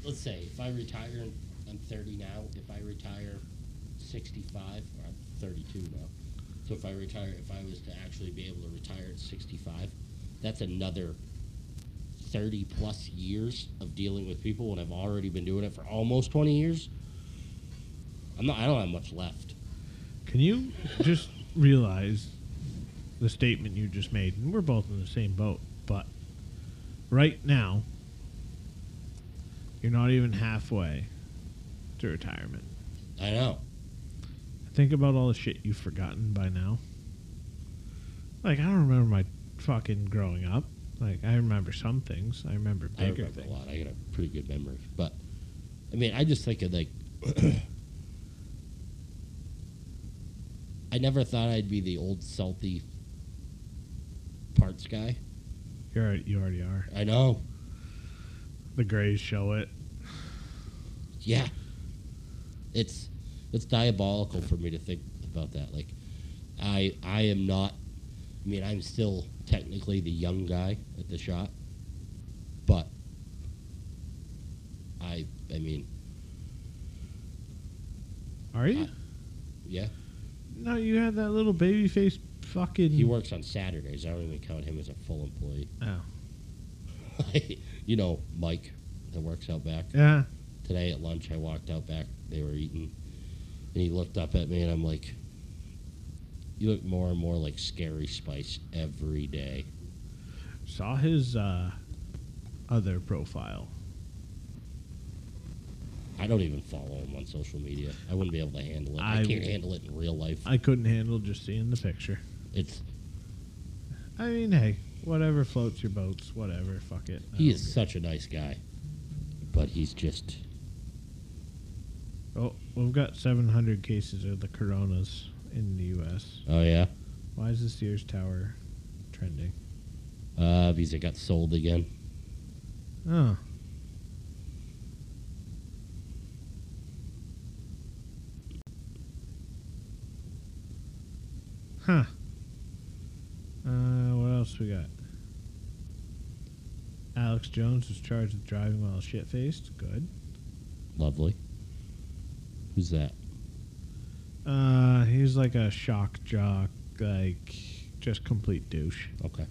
C: let's say if I retire, and I'm 30 now. If I retire 65, or I'm 32 now. So if I retire, if I was to actually be able to retire at 65, that's another 30 plus years of dealing with people when I've already been doing it for almost 20 years. I'm not. I don't have much left.
B: Can you just realize the statement you just made? And we're both in the same boat, but right now, you're not even halfway to retirement.
C: I know.
B: Think about all the shit you've forgotten by now. Like, I don't remember my fucking growing up. Like, I remember some things. I remember
C: I
B: bigger
C: remember a
B: things.
C: lot. I got a pretty good memory, but I mean, I just think of like. I never thought I'd be the old salty parts guy.
B: You're, you already are.
C: I know.
B: The Grays show it.
C: Yeah. It's it's diabolical for me to think about that. Like I I am not I mean I'm still technically the young guy at the shop. But I I mean,
B: Are you?
C: I- yeah.
B: no, you had that little baby face fucking.
C: He works on Saturdays. I don't even count him as a full employee.
B: Hmm. Oh.
C: you know, Mike that works out back.
B: Yeah.
C: Today at lunch, I walked out back. They were eating, and he looked up at me, and I'm like, "You look more and more like Scary Spice every day."
B: Saw his uh, other profile.
C: I don't even follow him on social media. I wouldn't be able to handle it. I,
B: I-
C: can't handle it in real life.
B: I couldn't handle just seeing the picture.
C: it's
B: I mean, hey, whatever floats your boats, whatever. Fuck it. I
C: he
B: don't
C: is such a nice guy, but he's just
B: care. Oh, we've got 700 cases of the coronas in the U.S.
C: oh yeah.
B: Why is the Sears Tower trending?
C: Uh, Visa got sold again.
B: Oh. Huh. Uh, what else we got? Alex Jones was charged with driving while shit faced. Good.
C: Lovely. Who's that?
B: Uh, he's like a shock jock, like just complete douche.
C: Okay.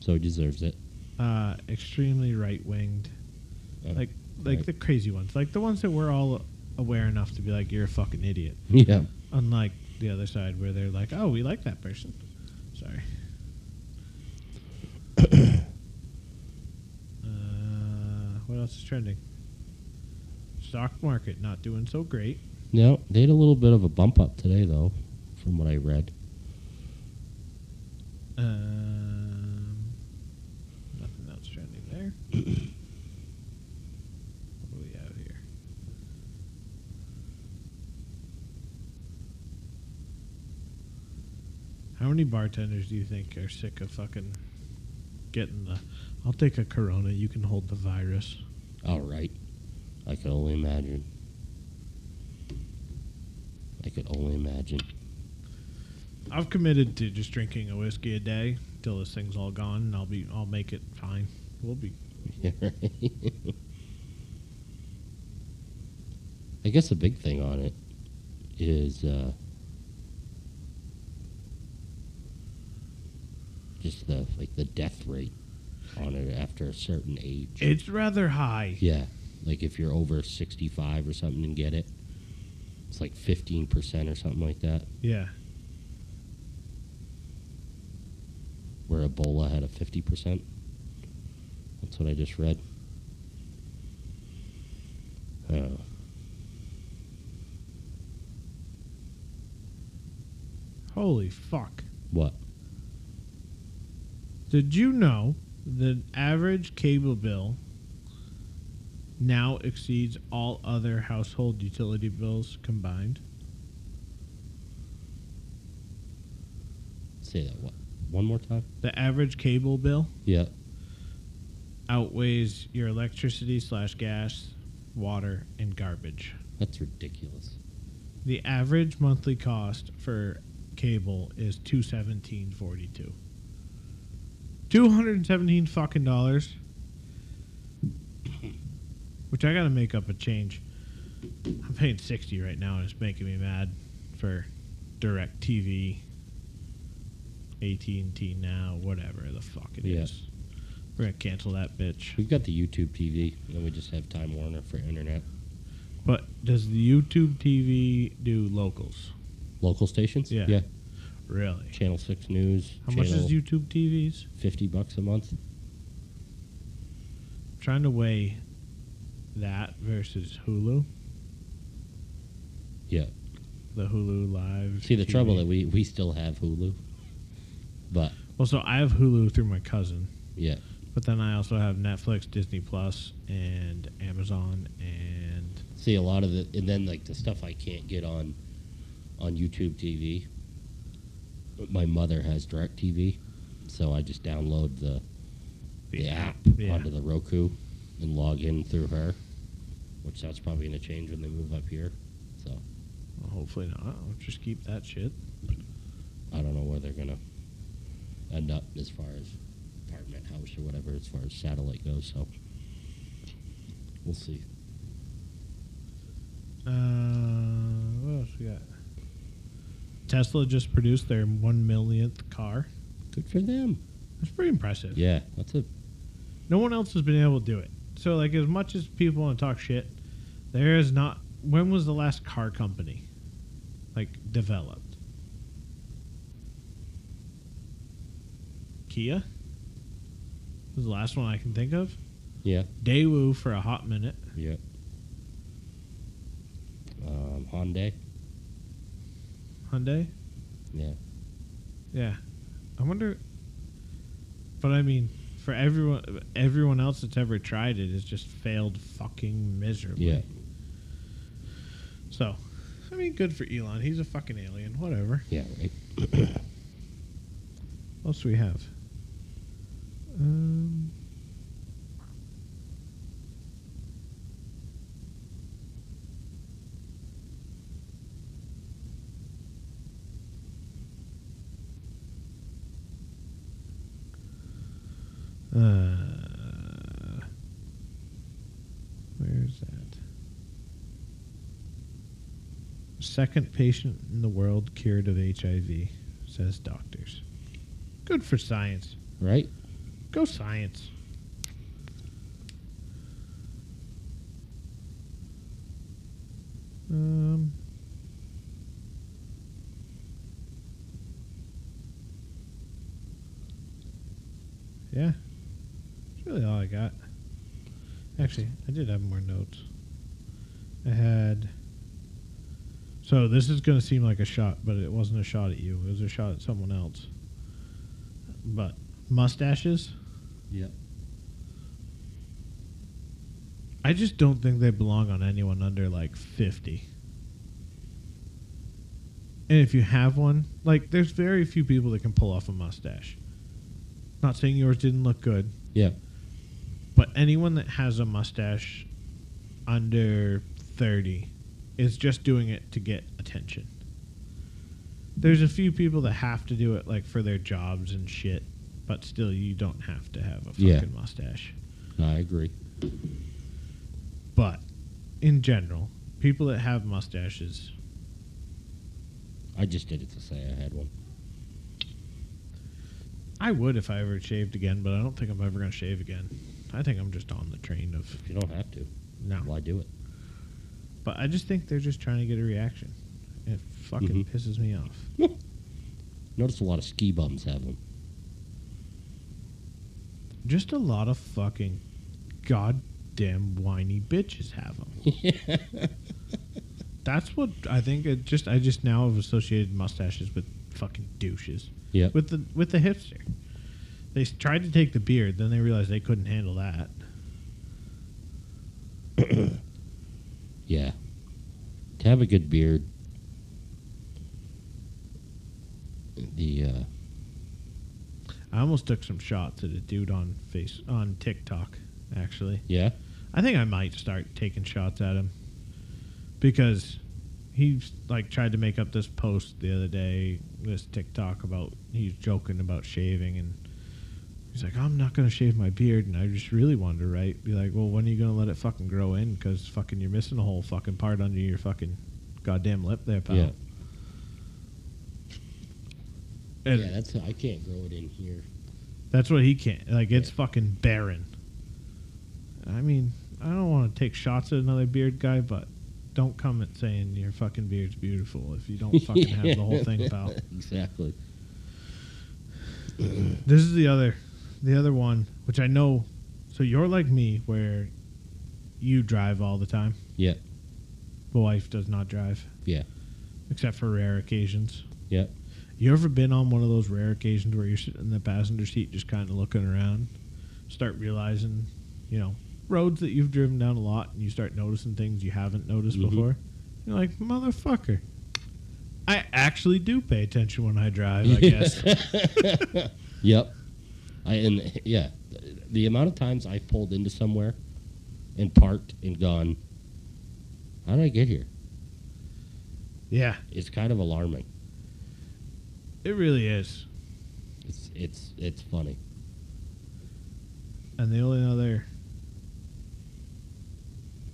C: So he deserves it.
B: Uh, extremely right winged.
C: Uh,
B: Like, like
C: Right.
B: the crazy ones, like the ones that we're all aware enough to be like, you're a fucking idiot.
C: yeah.
B: unlike the other side where they're like, "Oh, we like that person." Sorry. uh, what else is trending? Stock market not doing so great.
C: No, they had a little bit of a bump up today, though, from what I read.
B: Um, nothing else trending there. what do we have here? How many bartenders do you think are sick of fucking getting the? I'll take a Corona. You can hold the virus.
C: All right. I could only imagine. I could only imagine.
B: I've committed to just drinking a whiskey a day till this thing's all gone, and I'll be I'll make it fine. We'll be
C: I guess the big thing on it is uh, just the like the death rate on it after a certain age.
B: it's rather high.
C: Yeah, like if you're over 65 or something and get it, it's like 15% or something like that.
B: Yeah.
C: Where Ebola had a 50%. That's what I just read. Oh.
B: Holy fuck.
C: What?
B: Did you know the average cable bill now exceeds all other household utility bills combined?
C: Say that what? One more time?
B: The average cable bill
C: Yeah.
B: outweighs your electricity slash gas, water, and garbage.
C: That's ridiculous.
B: The average monthly cost for cable is two seventeen forty two. Two hundred and seventeen fucking dollars. Which I gotta make up a change. I'm paying sixty right now and it's making me mad for direct TV, AT and T now, whatever the fuck it
C: Yeah.
B: is. We're gonna cancel that bitch.
C: We've got the YouTube TV, and then we just have Time Warner for internet.
B: But does the YouTube TV do locals?
C: Local stations?
B: Yeah.
C: Yeah.
B: Really?
C: Channel 6 News.
B: How
C: channel
B: much is YouTube TVs?
C: 50 bucks a month.
B: trying to weigh that versus Hulu,
C: Yeah.
B: the Hulu Live.
C: See, the
B: TV.
C: trouble that we, we still have Hulu. But,
B: well, so I have Hulu through my cousin,
C: yeah.
B: but then I also have Netflix, Disney Plus, and Amazon, and
C: see a lot of the and then like the stuff I can't get on on YouTube TV. But My mother has Direct TV, so I just download the the, app
B: Yeah.
C: onto the Roku and log in through her, which that's probably going to change when they move up here. So
B: well, hopefully not. I'll just keep that shit.
C: I don't know where they're going to end up as far as apartment house or whatever as far as satellite goes. So we'll see.
B: Uh, what else we got? Tesla just produced their one millionth car.
C: Good for them.
B: That's pretty impressive.
C: Yeah, that's a
B: No one else has been able to do it. So, like, as much as people want to talk shit, there is not. When was the last car company, like, developed? Kia was the last one I can think of.
C: yeah.
B: Daewoo for a hot minute.
C: Yep. Um, Hyundai.
B: Hyundai.
C: Yeah.
B: Yeah, I wonder. But I mean, for everyone, everyone else that's ever tried it has just failed fucking miserably.
C: Yeah.
B: So, I mean, good for Elon. He's a fucking alien. Whatever.
C: Yeah. Right.
B: What else do we have? Um, uh, where's that? Second patient in the world cured of HIV, says doctors. Good for science.
C: Right.
B: Go science. Um, Yeah. That's really all I got. Actually, I did have more notes. I had. So this is going to seem like a shot, but it wasn't a shot at you. It was a shot at someone else. But mustaches,
D: Yep.
B: I just don't think they belong on anyone under like 50. And if you have one, like there's very few people that can pull off a mustache. Not saying yours didn't look good,
D: Yeah.
B: But anyone that has a mustache under 30 is just doing it to get attention. There's a few people that have to do it like for their jobs and shit, but still you don't have to have a fucking
D: Yeah.
B: mustache.
D: I agree.
B: But in general, people that have mustaches,
D: I just did it to say I had one.
B: I would if I ever shaved again, but I don't think I'm ever going to shave again. I think I'm just on the train of
D: You don't have to.
B: no.
D: Why do it?
B: But I just think they're just trying to get a reaction. It fucking
D: Mhm.
B: pisses me off.
D: Notice a lot of ski bums have them.
B: just a lot of fucking goddamn whiny bitches have them. That's what I think. It just I just now have associated mustaches with fucking douches.
D: Yeah.
B: With the with the hipster, they s- tried to take the beard, then they realized they couldn't handle that.
D: Yeah. To have a good beard, the uh,
B: I almost took some shots at a dude on face on TikTok. Actually,
D: yeah,
B: I think I might start taking shots at him because he's like tried to make up this post the other day, this TikTok about he's joking about shaving and he's like, I'm not gonna shave my beard, and I just really wanted to write, be like, well, when are you gonna let it fucking grow in? Because fucking you're missing a whole fucking part under your fucking goddamn lip there, pal.
D: Yeah.
B: And
D: yeah. That's I can't grow it in here.
B: That's what he can't. Like it's
D: Yeah.
B: fucking barren. I mean, I don't want to take shots at another beard guy, but don't comment saying your fucking beard's beautiful if you don't fucking have the whole thing, pal.
D: Exactly.
B: This is the other, the other one, which I know. So you're like me, where you drive all the time.
D: Yeah.
B: My wife does not drive,
D: Yeah.
B: except for rare occasions.
D: Yeah.
B: You ever been on one of those rare occasions where you're sitting in the passenger seat, just kind of looking around, start realizing, you know, roads that you've driven down a lot, and you start noticing things you haven't noticed
D: Mhm.
B: before? You're like, motherfucker, I actually do pay attention when I drive. I guess.
D: Yep. I and yeah, the amount of times I've pulled into somewhere and parked and gone, how did I get here?
B: yeah,
D: It's kind of alarming.
B: it really is.
D: It's it's it's funny.
B: And the only other,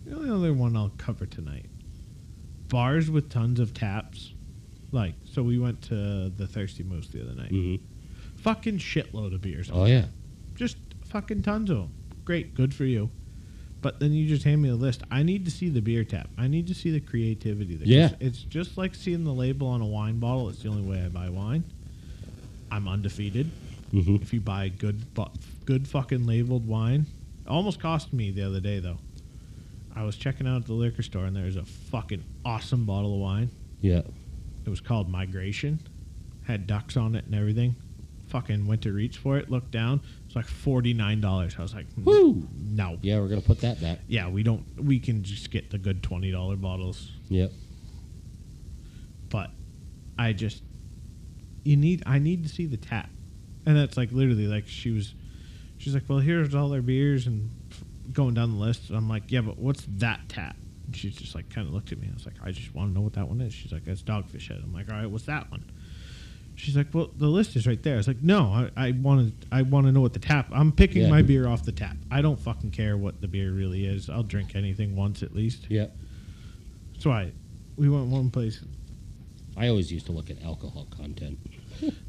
B: the only other one I'll cover tonight, bars with tons of taps. Like, so we went to the Thirsty Moose the other night.
D: hmm
B: Fucking shitload of beers.
D: Oh yeah.
B: just fucking tons of them. Great, good for you. But then you just hand me a list. I need to see the beer tap. I need to see the creativity. There.
D: Yeah.
B: It's just like seeing the label on a wine bottle. It's the only way I buy wine. I'm undefeated.
D: Mm-hmm.
B: If you buy good, bu- good fucking labeled wine, it almost cost me the other day though. I was checking out at the liquor store and there was a fucking awesome bottle of wine.
D: Yeah.
B: It was called Migration. Had ducks on it and everything. Fucking went to reach for it. Looked down. It's like forty nine dollars. I was like, "Mm,
D: Woo!
B: no.
D: Yeah, we're gonna put that back.
B: Yeah, we don't. We can just get the good twenty dollar bottles.
D: Yep.
B: But I just, you need. I need to see the tap. And that's like literally like she was. She's like, well, here's all their beers and f- going down the list. And I'm like, yeah, but what's that tap? And she's just like, kind of looked at me. I was like, I just want to know what that one is. She's like, that's Dogfish Head. I'm like, all right, what's that one? She's like, well, the list is right there. I was like, no, I want to, I want to know what the tap. I'm picking
D: Yeah.
B: my beer off the tap. I don't fucking care what the beer really is. I'll drink anything once at least.
D: Yep.
B: That's why we went one place.
D: I always used to look at alcohol content.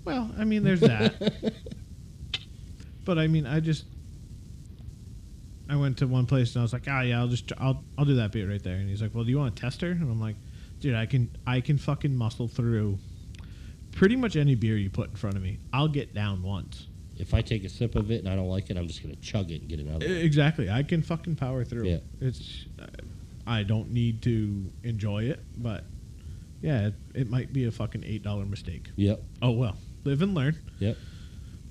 B: Well, I mean, there's that. but I mean, I just I went to one place and I was like, ah, yeah, I'll just I'll I'll do that beer right there. And he's like, well, do you want a tester? And I'm like, dude, I can I can fucking muscle through pretty much any beer you put in front of me. I'll get down once.
C: If I take a sip of it and I don't like it, I'm just gonna chug it and get another.
B: E- Exactly. I can fucking power through.
C: Yeah.
B: It's I don't need to enjoy it, but yeah, it, it might be a fucking eight dollar mistake.
C: Yep.
B: Oh well, live and learn.
C: Yep.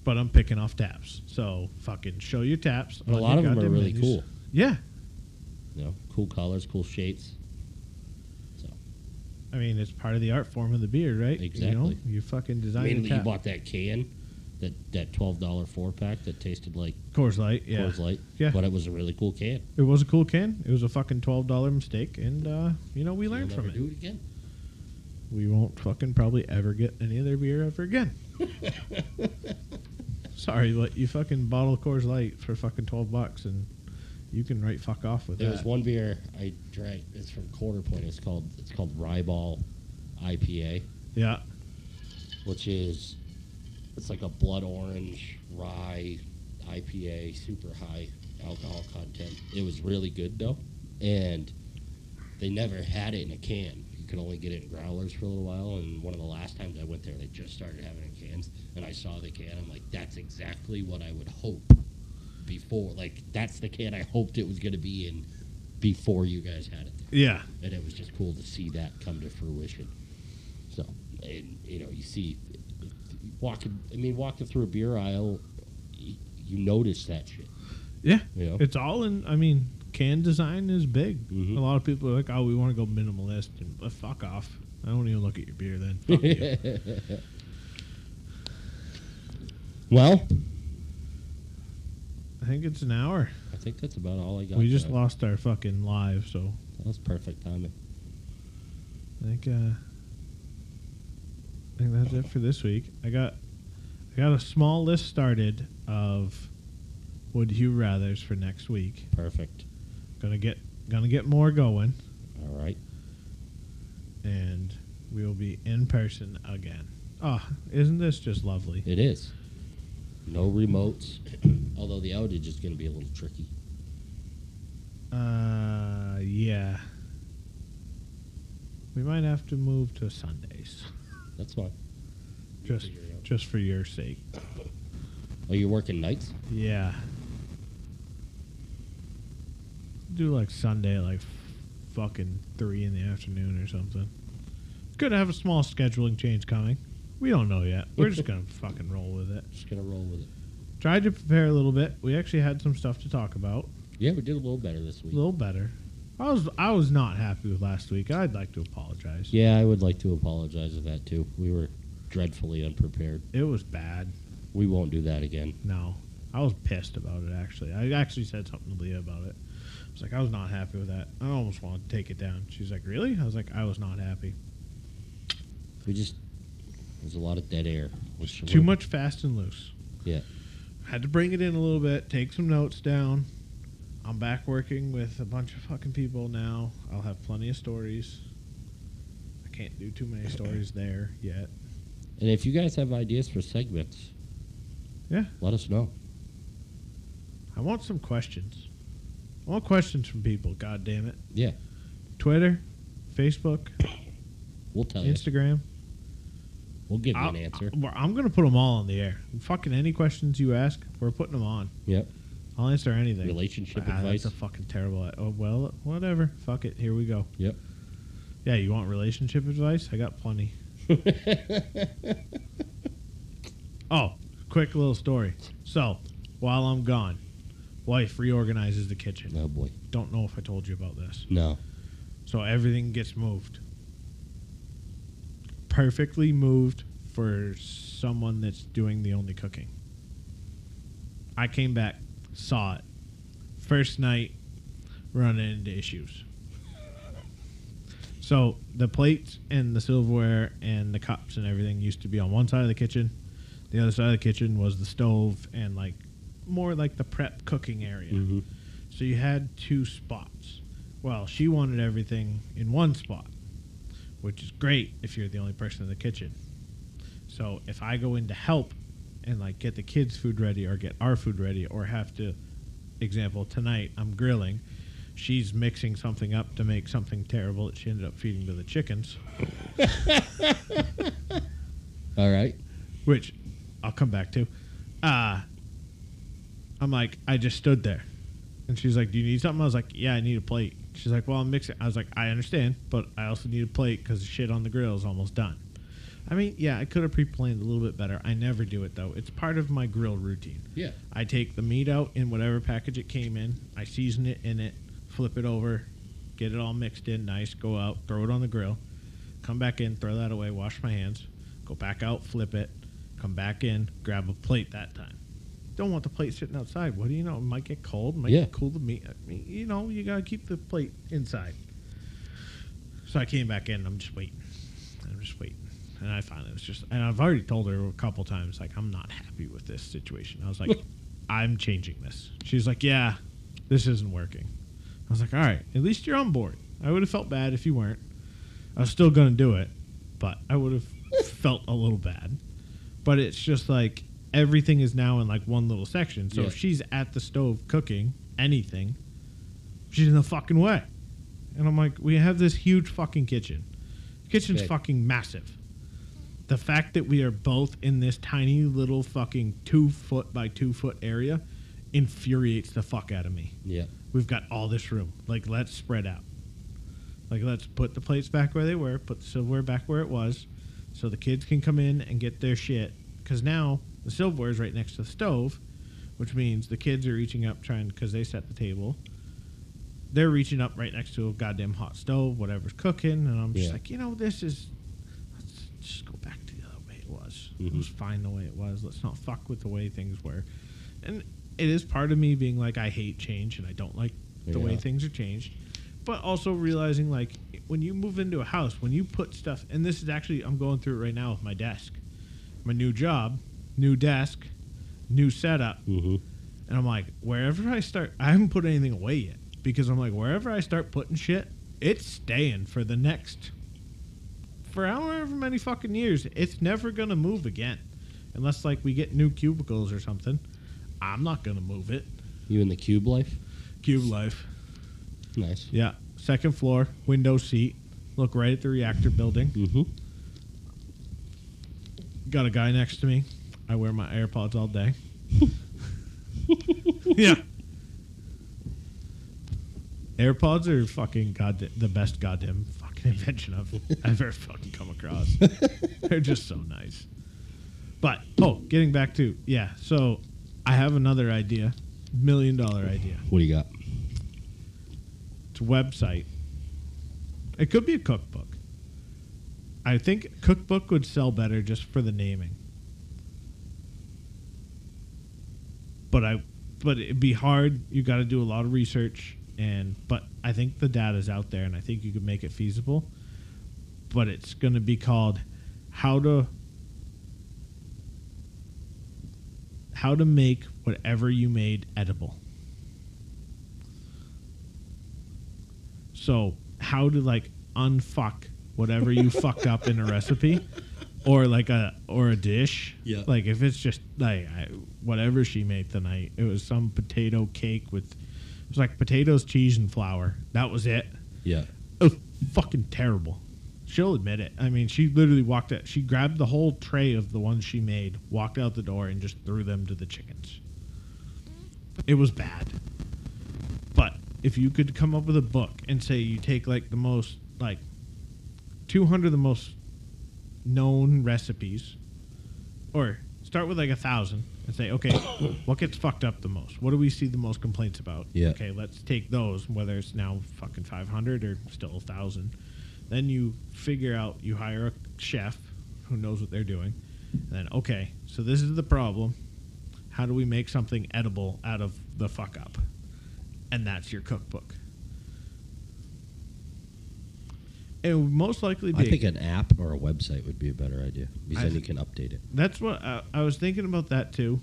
B: But I'm picking off taps, so fucking show your taps.
C: And a
B: on
C: lot
B: your
C: of them are
B: goddamn
C: really
B: menus.
C: cool.
B: Yeah,
C: You know, cool colors, cool shapes. So
B: I mean it's part of the art form of the beer, right? You know,
C: Exactly.
B: you fucking design
C: mainly
B: the
C: you
B: tap.
C: bought that can, that that twelve dollar four pack that tasted like
B: Coors Light. Yeah,
C: Coors Light.
B: Yeah.
C: But it was a really cool can.
B: it was a cool can. It was a fucking twelve dollar mistake, and uh, you know we learned
C: You'll
B: from
C: never
B: it.
C: Do it again.
B: we won't fucking probably ever get any of their beer ever again. Sorry, but you fucking bottle Coors Light for fucking twelve bucks, and you can right fuck off with
C: There
B: that.
C: was one beer I drank. It's from Quarter Point. It's called it's called Ryball IPA,
B: Yeah,
C: which is it's like a blood orange rye IPA, super high alcohol content. It was really good though, and they never had it in a can. You could only get it in growlers for a little while. And one of the last times I went there, they just started having it in cans, and I saw the can. I'm like, that's exactly what I would hope before. Like that's the can I hoped it was going to be in before you guys had it there
B: yeah,
C: and it was just cool to see that come to fruition. So, and you know, you see, walking. I mean, walking through a beer aisle, you, you notice that shit.
B: yeah.
C: Yeah.
B: It's all in. I mean, can design is big.
C: Mhm.
B: A lot of people are like, "Oh, we want to go minimalist," and but fuck off. I don't even look at your beer then. Fuck you.
C: Well,
B: I think it's an hour.
C: I think that's about all I got.
B: we just
C: tonight.
B: lost our fucking live, so
C: That was perfect timing.
B: I think uh, I think that's it for this week. I got I got a small list started of would you rather's for next week.
C: Perfect.
B: Gonna get gonna get more going,
C: All right.
B: and we will be in person again. Oh, isn't this just lovely?
C: It is. No remotes, although the outage is going to be a little tricky.
B: Uh, yeah. We might have to move to Sundays
C: That's fine. We'll
B: just
C: figure it out.
B: just for your sake.
C: Oh, you're working nights?
B: Yeah. Do like Sunday, like fucking three in the afternoon or something. Could have a small scheduling change coming. We don't know yet. We're just gonna fucking roll with it.
C: Just going to roll with it.
B: Tried to prepare a little bit. We actually had some stuff to talk about.
C: Yeah, we did a little better this
B: A
C: week.
B: little better. I was I was not happy with last week. I'd like to apologize.
C: Yeah, I would like to apologize for that too. We were dreadfully unprepared.
B: It was bad.
C: We won't do that again.
B: No. I was pissed about it actually. I actually said something to Leah about it. I was like, I was not happy with that. I almost wanted to take it down. She's like, Really? I was like, I was not happy.
C: We just there's a lot of dead air. Which
B: Too much fast and loose.
C: Yeah.
B: Had to bring it in a little bit, take some notes down. I'm back working with a bunch of fucking people now. I'll have plenty of stories. I can't do too many stories there yet.
C: And if you guys have ideas for segments,
B: Yeah.
C: let us know.
B: I want some questions. I want questions from people, god damn it.
C: Yeah,
B: Twitter, Facebook,
C: we'll tell you.
B: Instagram.
C: We'll give you
B: I'll-
C: an answer.
B: I- I'm going to put them all on the air. Fucking any questions you ask, we're putting them on.
C: Yep.
B: I'll answer anything.
C: Relationship
B: Ah,
C: advice.
B: That's a fucking terrible. Oh well, whatever. Fuck it. Here we go.
C: Yep.
B: Yeah, you want relationship advice? I got plenty. oh, quick little story. So, while I'm gone, wife reorganizes the kitchen.
C: Oh boy.
B: Don't know if I told you about this.
C: No.
B: So everything gets moved. Perfectly moved for someone that's doing the only cooking. I came back, saw it. First night, running into issues. So the plates and the silverware and the cups and everything used to be on one side of the kitchen. The other side of the kitchen was the stove and like more like the prep cooking area. So you had two spots. Well, she wanted everything in one spot, which is great if you're the only person in the kitchen. So if I go in to help and like get the kids' food ready or get our food ready or have to, example, tonight I'm grilling, she's mixing something up to make something terrible that she ended up feeding to the chickens,
C: All right.
B: which I'll come back to. uh, I'm like, I just stood there. And she's like, Do you need something? I was like, Yeah, I need a plate. She's like, Well, I'm mixing. I was like, I understand, but I also need a plate because the shit on the grill is almost done. I mean, yeah, I could have pre planned a little bit better. I never do it, though. It's part of my grill routine.
D: Yeah.
B: I take the meat out in whatever package it came in, I season it in it, flip it over, get it all mixed in nice, go out, throw it on the grill, come back in, throw that away, wash my hands, go back out, flip it, come back in, grab a plate that time. Don't want the plate sitting outside. What do you know? It might get cold, might
D: Yeah.
B: get cool the meat. I mean, you know, you got to keep the plate inside. So I came back in, I'm just waiting. I'm just waiting. And I finally was just, and I've already told her a couple times, like, I'm not happy with this situation. I was like, I'm changing this. She's like, yeah, this isn't working. I was like, all right, at least you're on board. I would have felt bad if you weren't. I was still going to do it, but I would have felt a little bad. But it's just like everything is now in like one little section. So
D: Yeah.
B: if she's at the stove cooking anything, she's in the fucking way. And I'm like, we have this huge fucking kitchen. The kitchen's
D: Big.
B: fucking massive. The fact that we are both in this tiny little fucking two foot by two foot area infuriates the fuck out of me.
D: Yeah.
B: We've got all this room. Like, let's spread out. Like, let's put the plates back where they were, put the silverware back where it was, so the kids can come in and get their shit. Because now the silverware is right next to the stove, which means the kids are reaching up trying, because they set the table. They're reaching up right next to a goddamn hot stove, whatever's cooking. And I'm just
D: Yeah.
B: like, you know, this is. Let's just go back to the other way it was. It
D: Mhm.
B: was fine the way it was. Let's not fuck with the way things were. And it is part of me being like, I hate change and I don't like the way
D: Yeah.
B: things are changed. But also realizing, like, when you move into a house, when you put stuff, and this is actually, I'm going through it right now with my desk, my new job, new desk, new setup.
D: Mm-hmm.
B: And I'm like, wherever I start, I haven't put anything away yet because I'm like, wherever I start putting shit, it's staying for the next, for however many fucking years. It's never going to move again. Unless, like, we get new cubicles or something. I'm not going to move it.
D: You in the cube life?
B: Cube life.
D: Nice.
B: Yeah. Second floor, window seat. Look right at the reactor building.
D: Mm-hmm.
B: Got a guy next to me. I wear my AirPods all day. yeah. AirPods are fucking god the best goddamn fucking invention I've ever fucking come across. They're just so nice. But oh, getting back to yeah, so I have another idea, million dollar idea.
D: What do you got?
B: It's a website. It could be a cookbook. I think cookbook would sell better just for the naming. But I but it'd be hard. You got to do a lot of research and but I think the data's out there and I think you could make it feasible. But it's going to be called how to how to make whatever you made edible. So how to like unfuck whatever you fuck up in a recipe, or like a or a dish.
D: Yeah.
B: Like if it's just like I, whatever she made tonight, it was some potato cake with it was like potatoes, cheese, and flour. That was it.
D: Yeah.
B: It was fucking terrible. She'll admit it. I mean, she literally walked out. She grabbed the whole tray of the ones she made, walked out the door, and just threw them to the chickens. It was bad. But if you could come up with a book and say you take like the most like 200 of the most known recipes or start with like a thousand and say okay what gets fucked up the most what do we see the most complaints about
D: Yeah.
B: okay let's take those whether it's now fucking 500 or still a thousand then you figure out you hire a chef who knows what they're doing and then okay so this is the problem how do we make something edible out of the fuck up and that's your cookbook it would most likely be
E: I think an app or a website would be a better idea because
B: I
E: then you
B: think-
E: can update it.
B: That's what I, I was thinking about that too.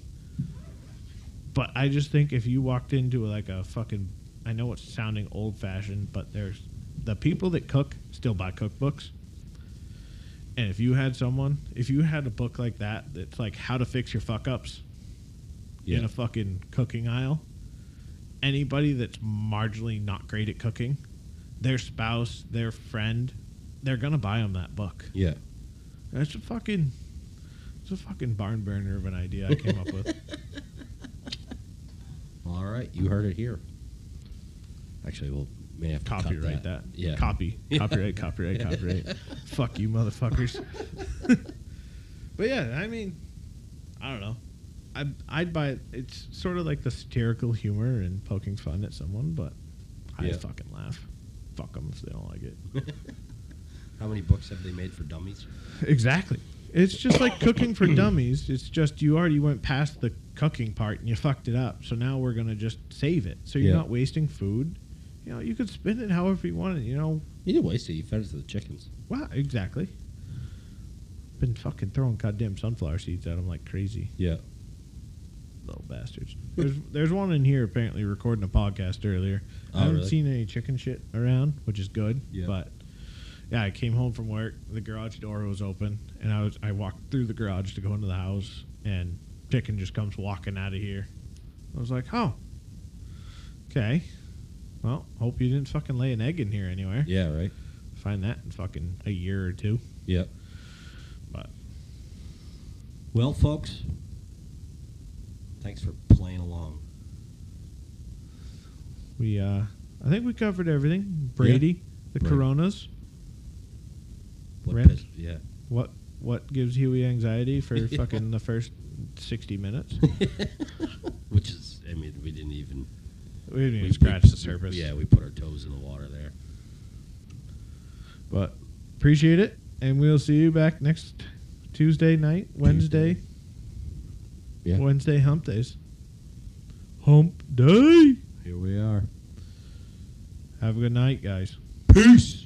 B: But I just think if you walked into like a fucking, I know it's sounding old fashioned, but there's the people that cook still buy cookbooks. And if you had someone, if you had a book like that, that's like how to fix your fuck ups in a fucking cooking aisle. Anybody that's marginally not great at cooking, their spouse, their friend, they're gonna buy them that book.
D: Yeah.
B: That's a fucking. It's a fucking barn burner of an idea I came up with.
E: All right, you heard it here. Actually, we'll may have to cut
B: Copyright that.
E: Yeah.
B: Copy. Copyright. Copyright. Copyright. Fuck you, motherfuckers. but yeah, I mean, I don't know. I I'd buy it. It's sort of like the satirical humor and poking fun at someone, but I
D: Yeah.
B: fucking laugh. Fuck them if they don't like it.
D: How many books have they made for dummies?
B: Exactly. It's just like cooking for dummies. It's just you already went past the cooking part and you fucked it up. So now we're gonna just save it. So you're
E: Yeah.
B: not wasting food. You know, you could spend it however you wanted. You know,
D: You didn't waste it. You fed it to the chickens.
B: wow, exactly. Been fucking throwing goddamn sunflower seeds at them like crazy,
E: Yeah.
B: little bastards. There's there's one in here apparently recording a podcast earlier.
E: Oh,
B: I haven't
E: really?
B: seen any chicken shit around, which is good.
E: Yeah.
B: But yeah, I came home from work. The garage door was open, and I was I walked through the garage to go into the house, and chicken just comes walking out of here. I was like, oh, okay. Well, hope you didn't fucking lay an egg in here anywhere.
E: Yeah. Right.
B: Find that in fucking a year or two.
E: Yep.
B: But
D: Well, folks, thanks for playing along.
B: we, uh, I think we covered everything. Brady, the
E: Brady.
B: Coronas,
D: What
B: Rent?
D: piss- yeah.
B: what what gives Huey anxiety for fucking the first sixty minutes?
D: Which is, I mean, we didn't even
B: We didn't even
D: we-
B: scratch
D: we-
B: the surface.
D: Yeah, we put our toes in the water there.
B: But appreciate it, and we'll see you back next Tuesday night, Wednesday,
E: Yeah.
B: Wednesday hump days. Hump day.
E: Here we are.
B: Have a good night, guys.
E: Peace.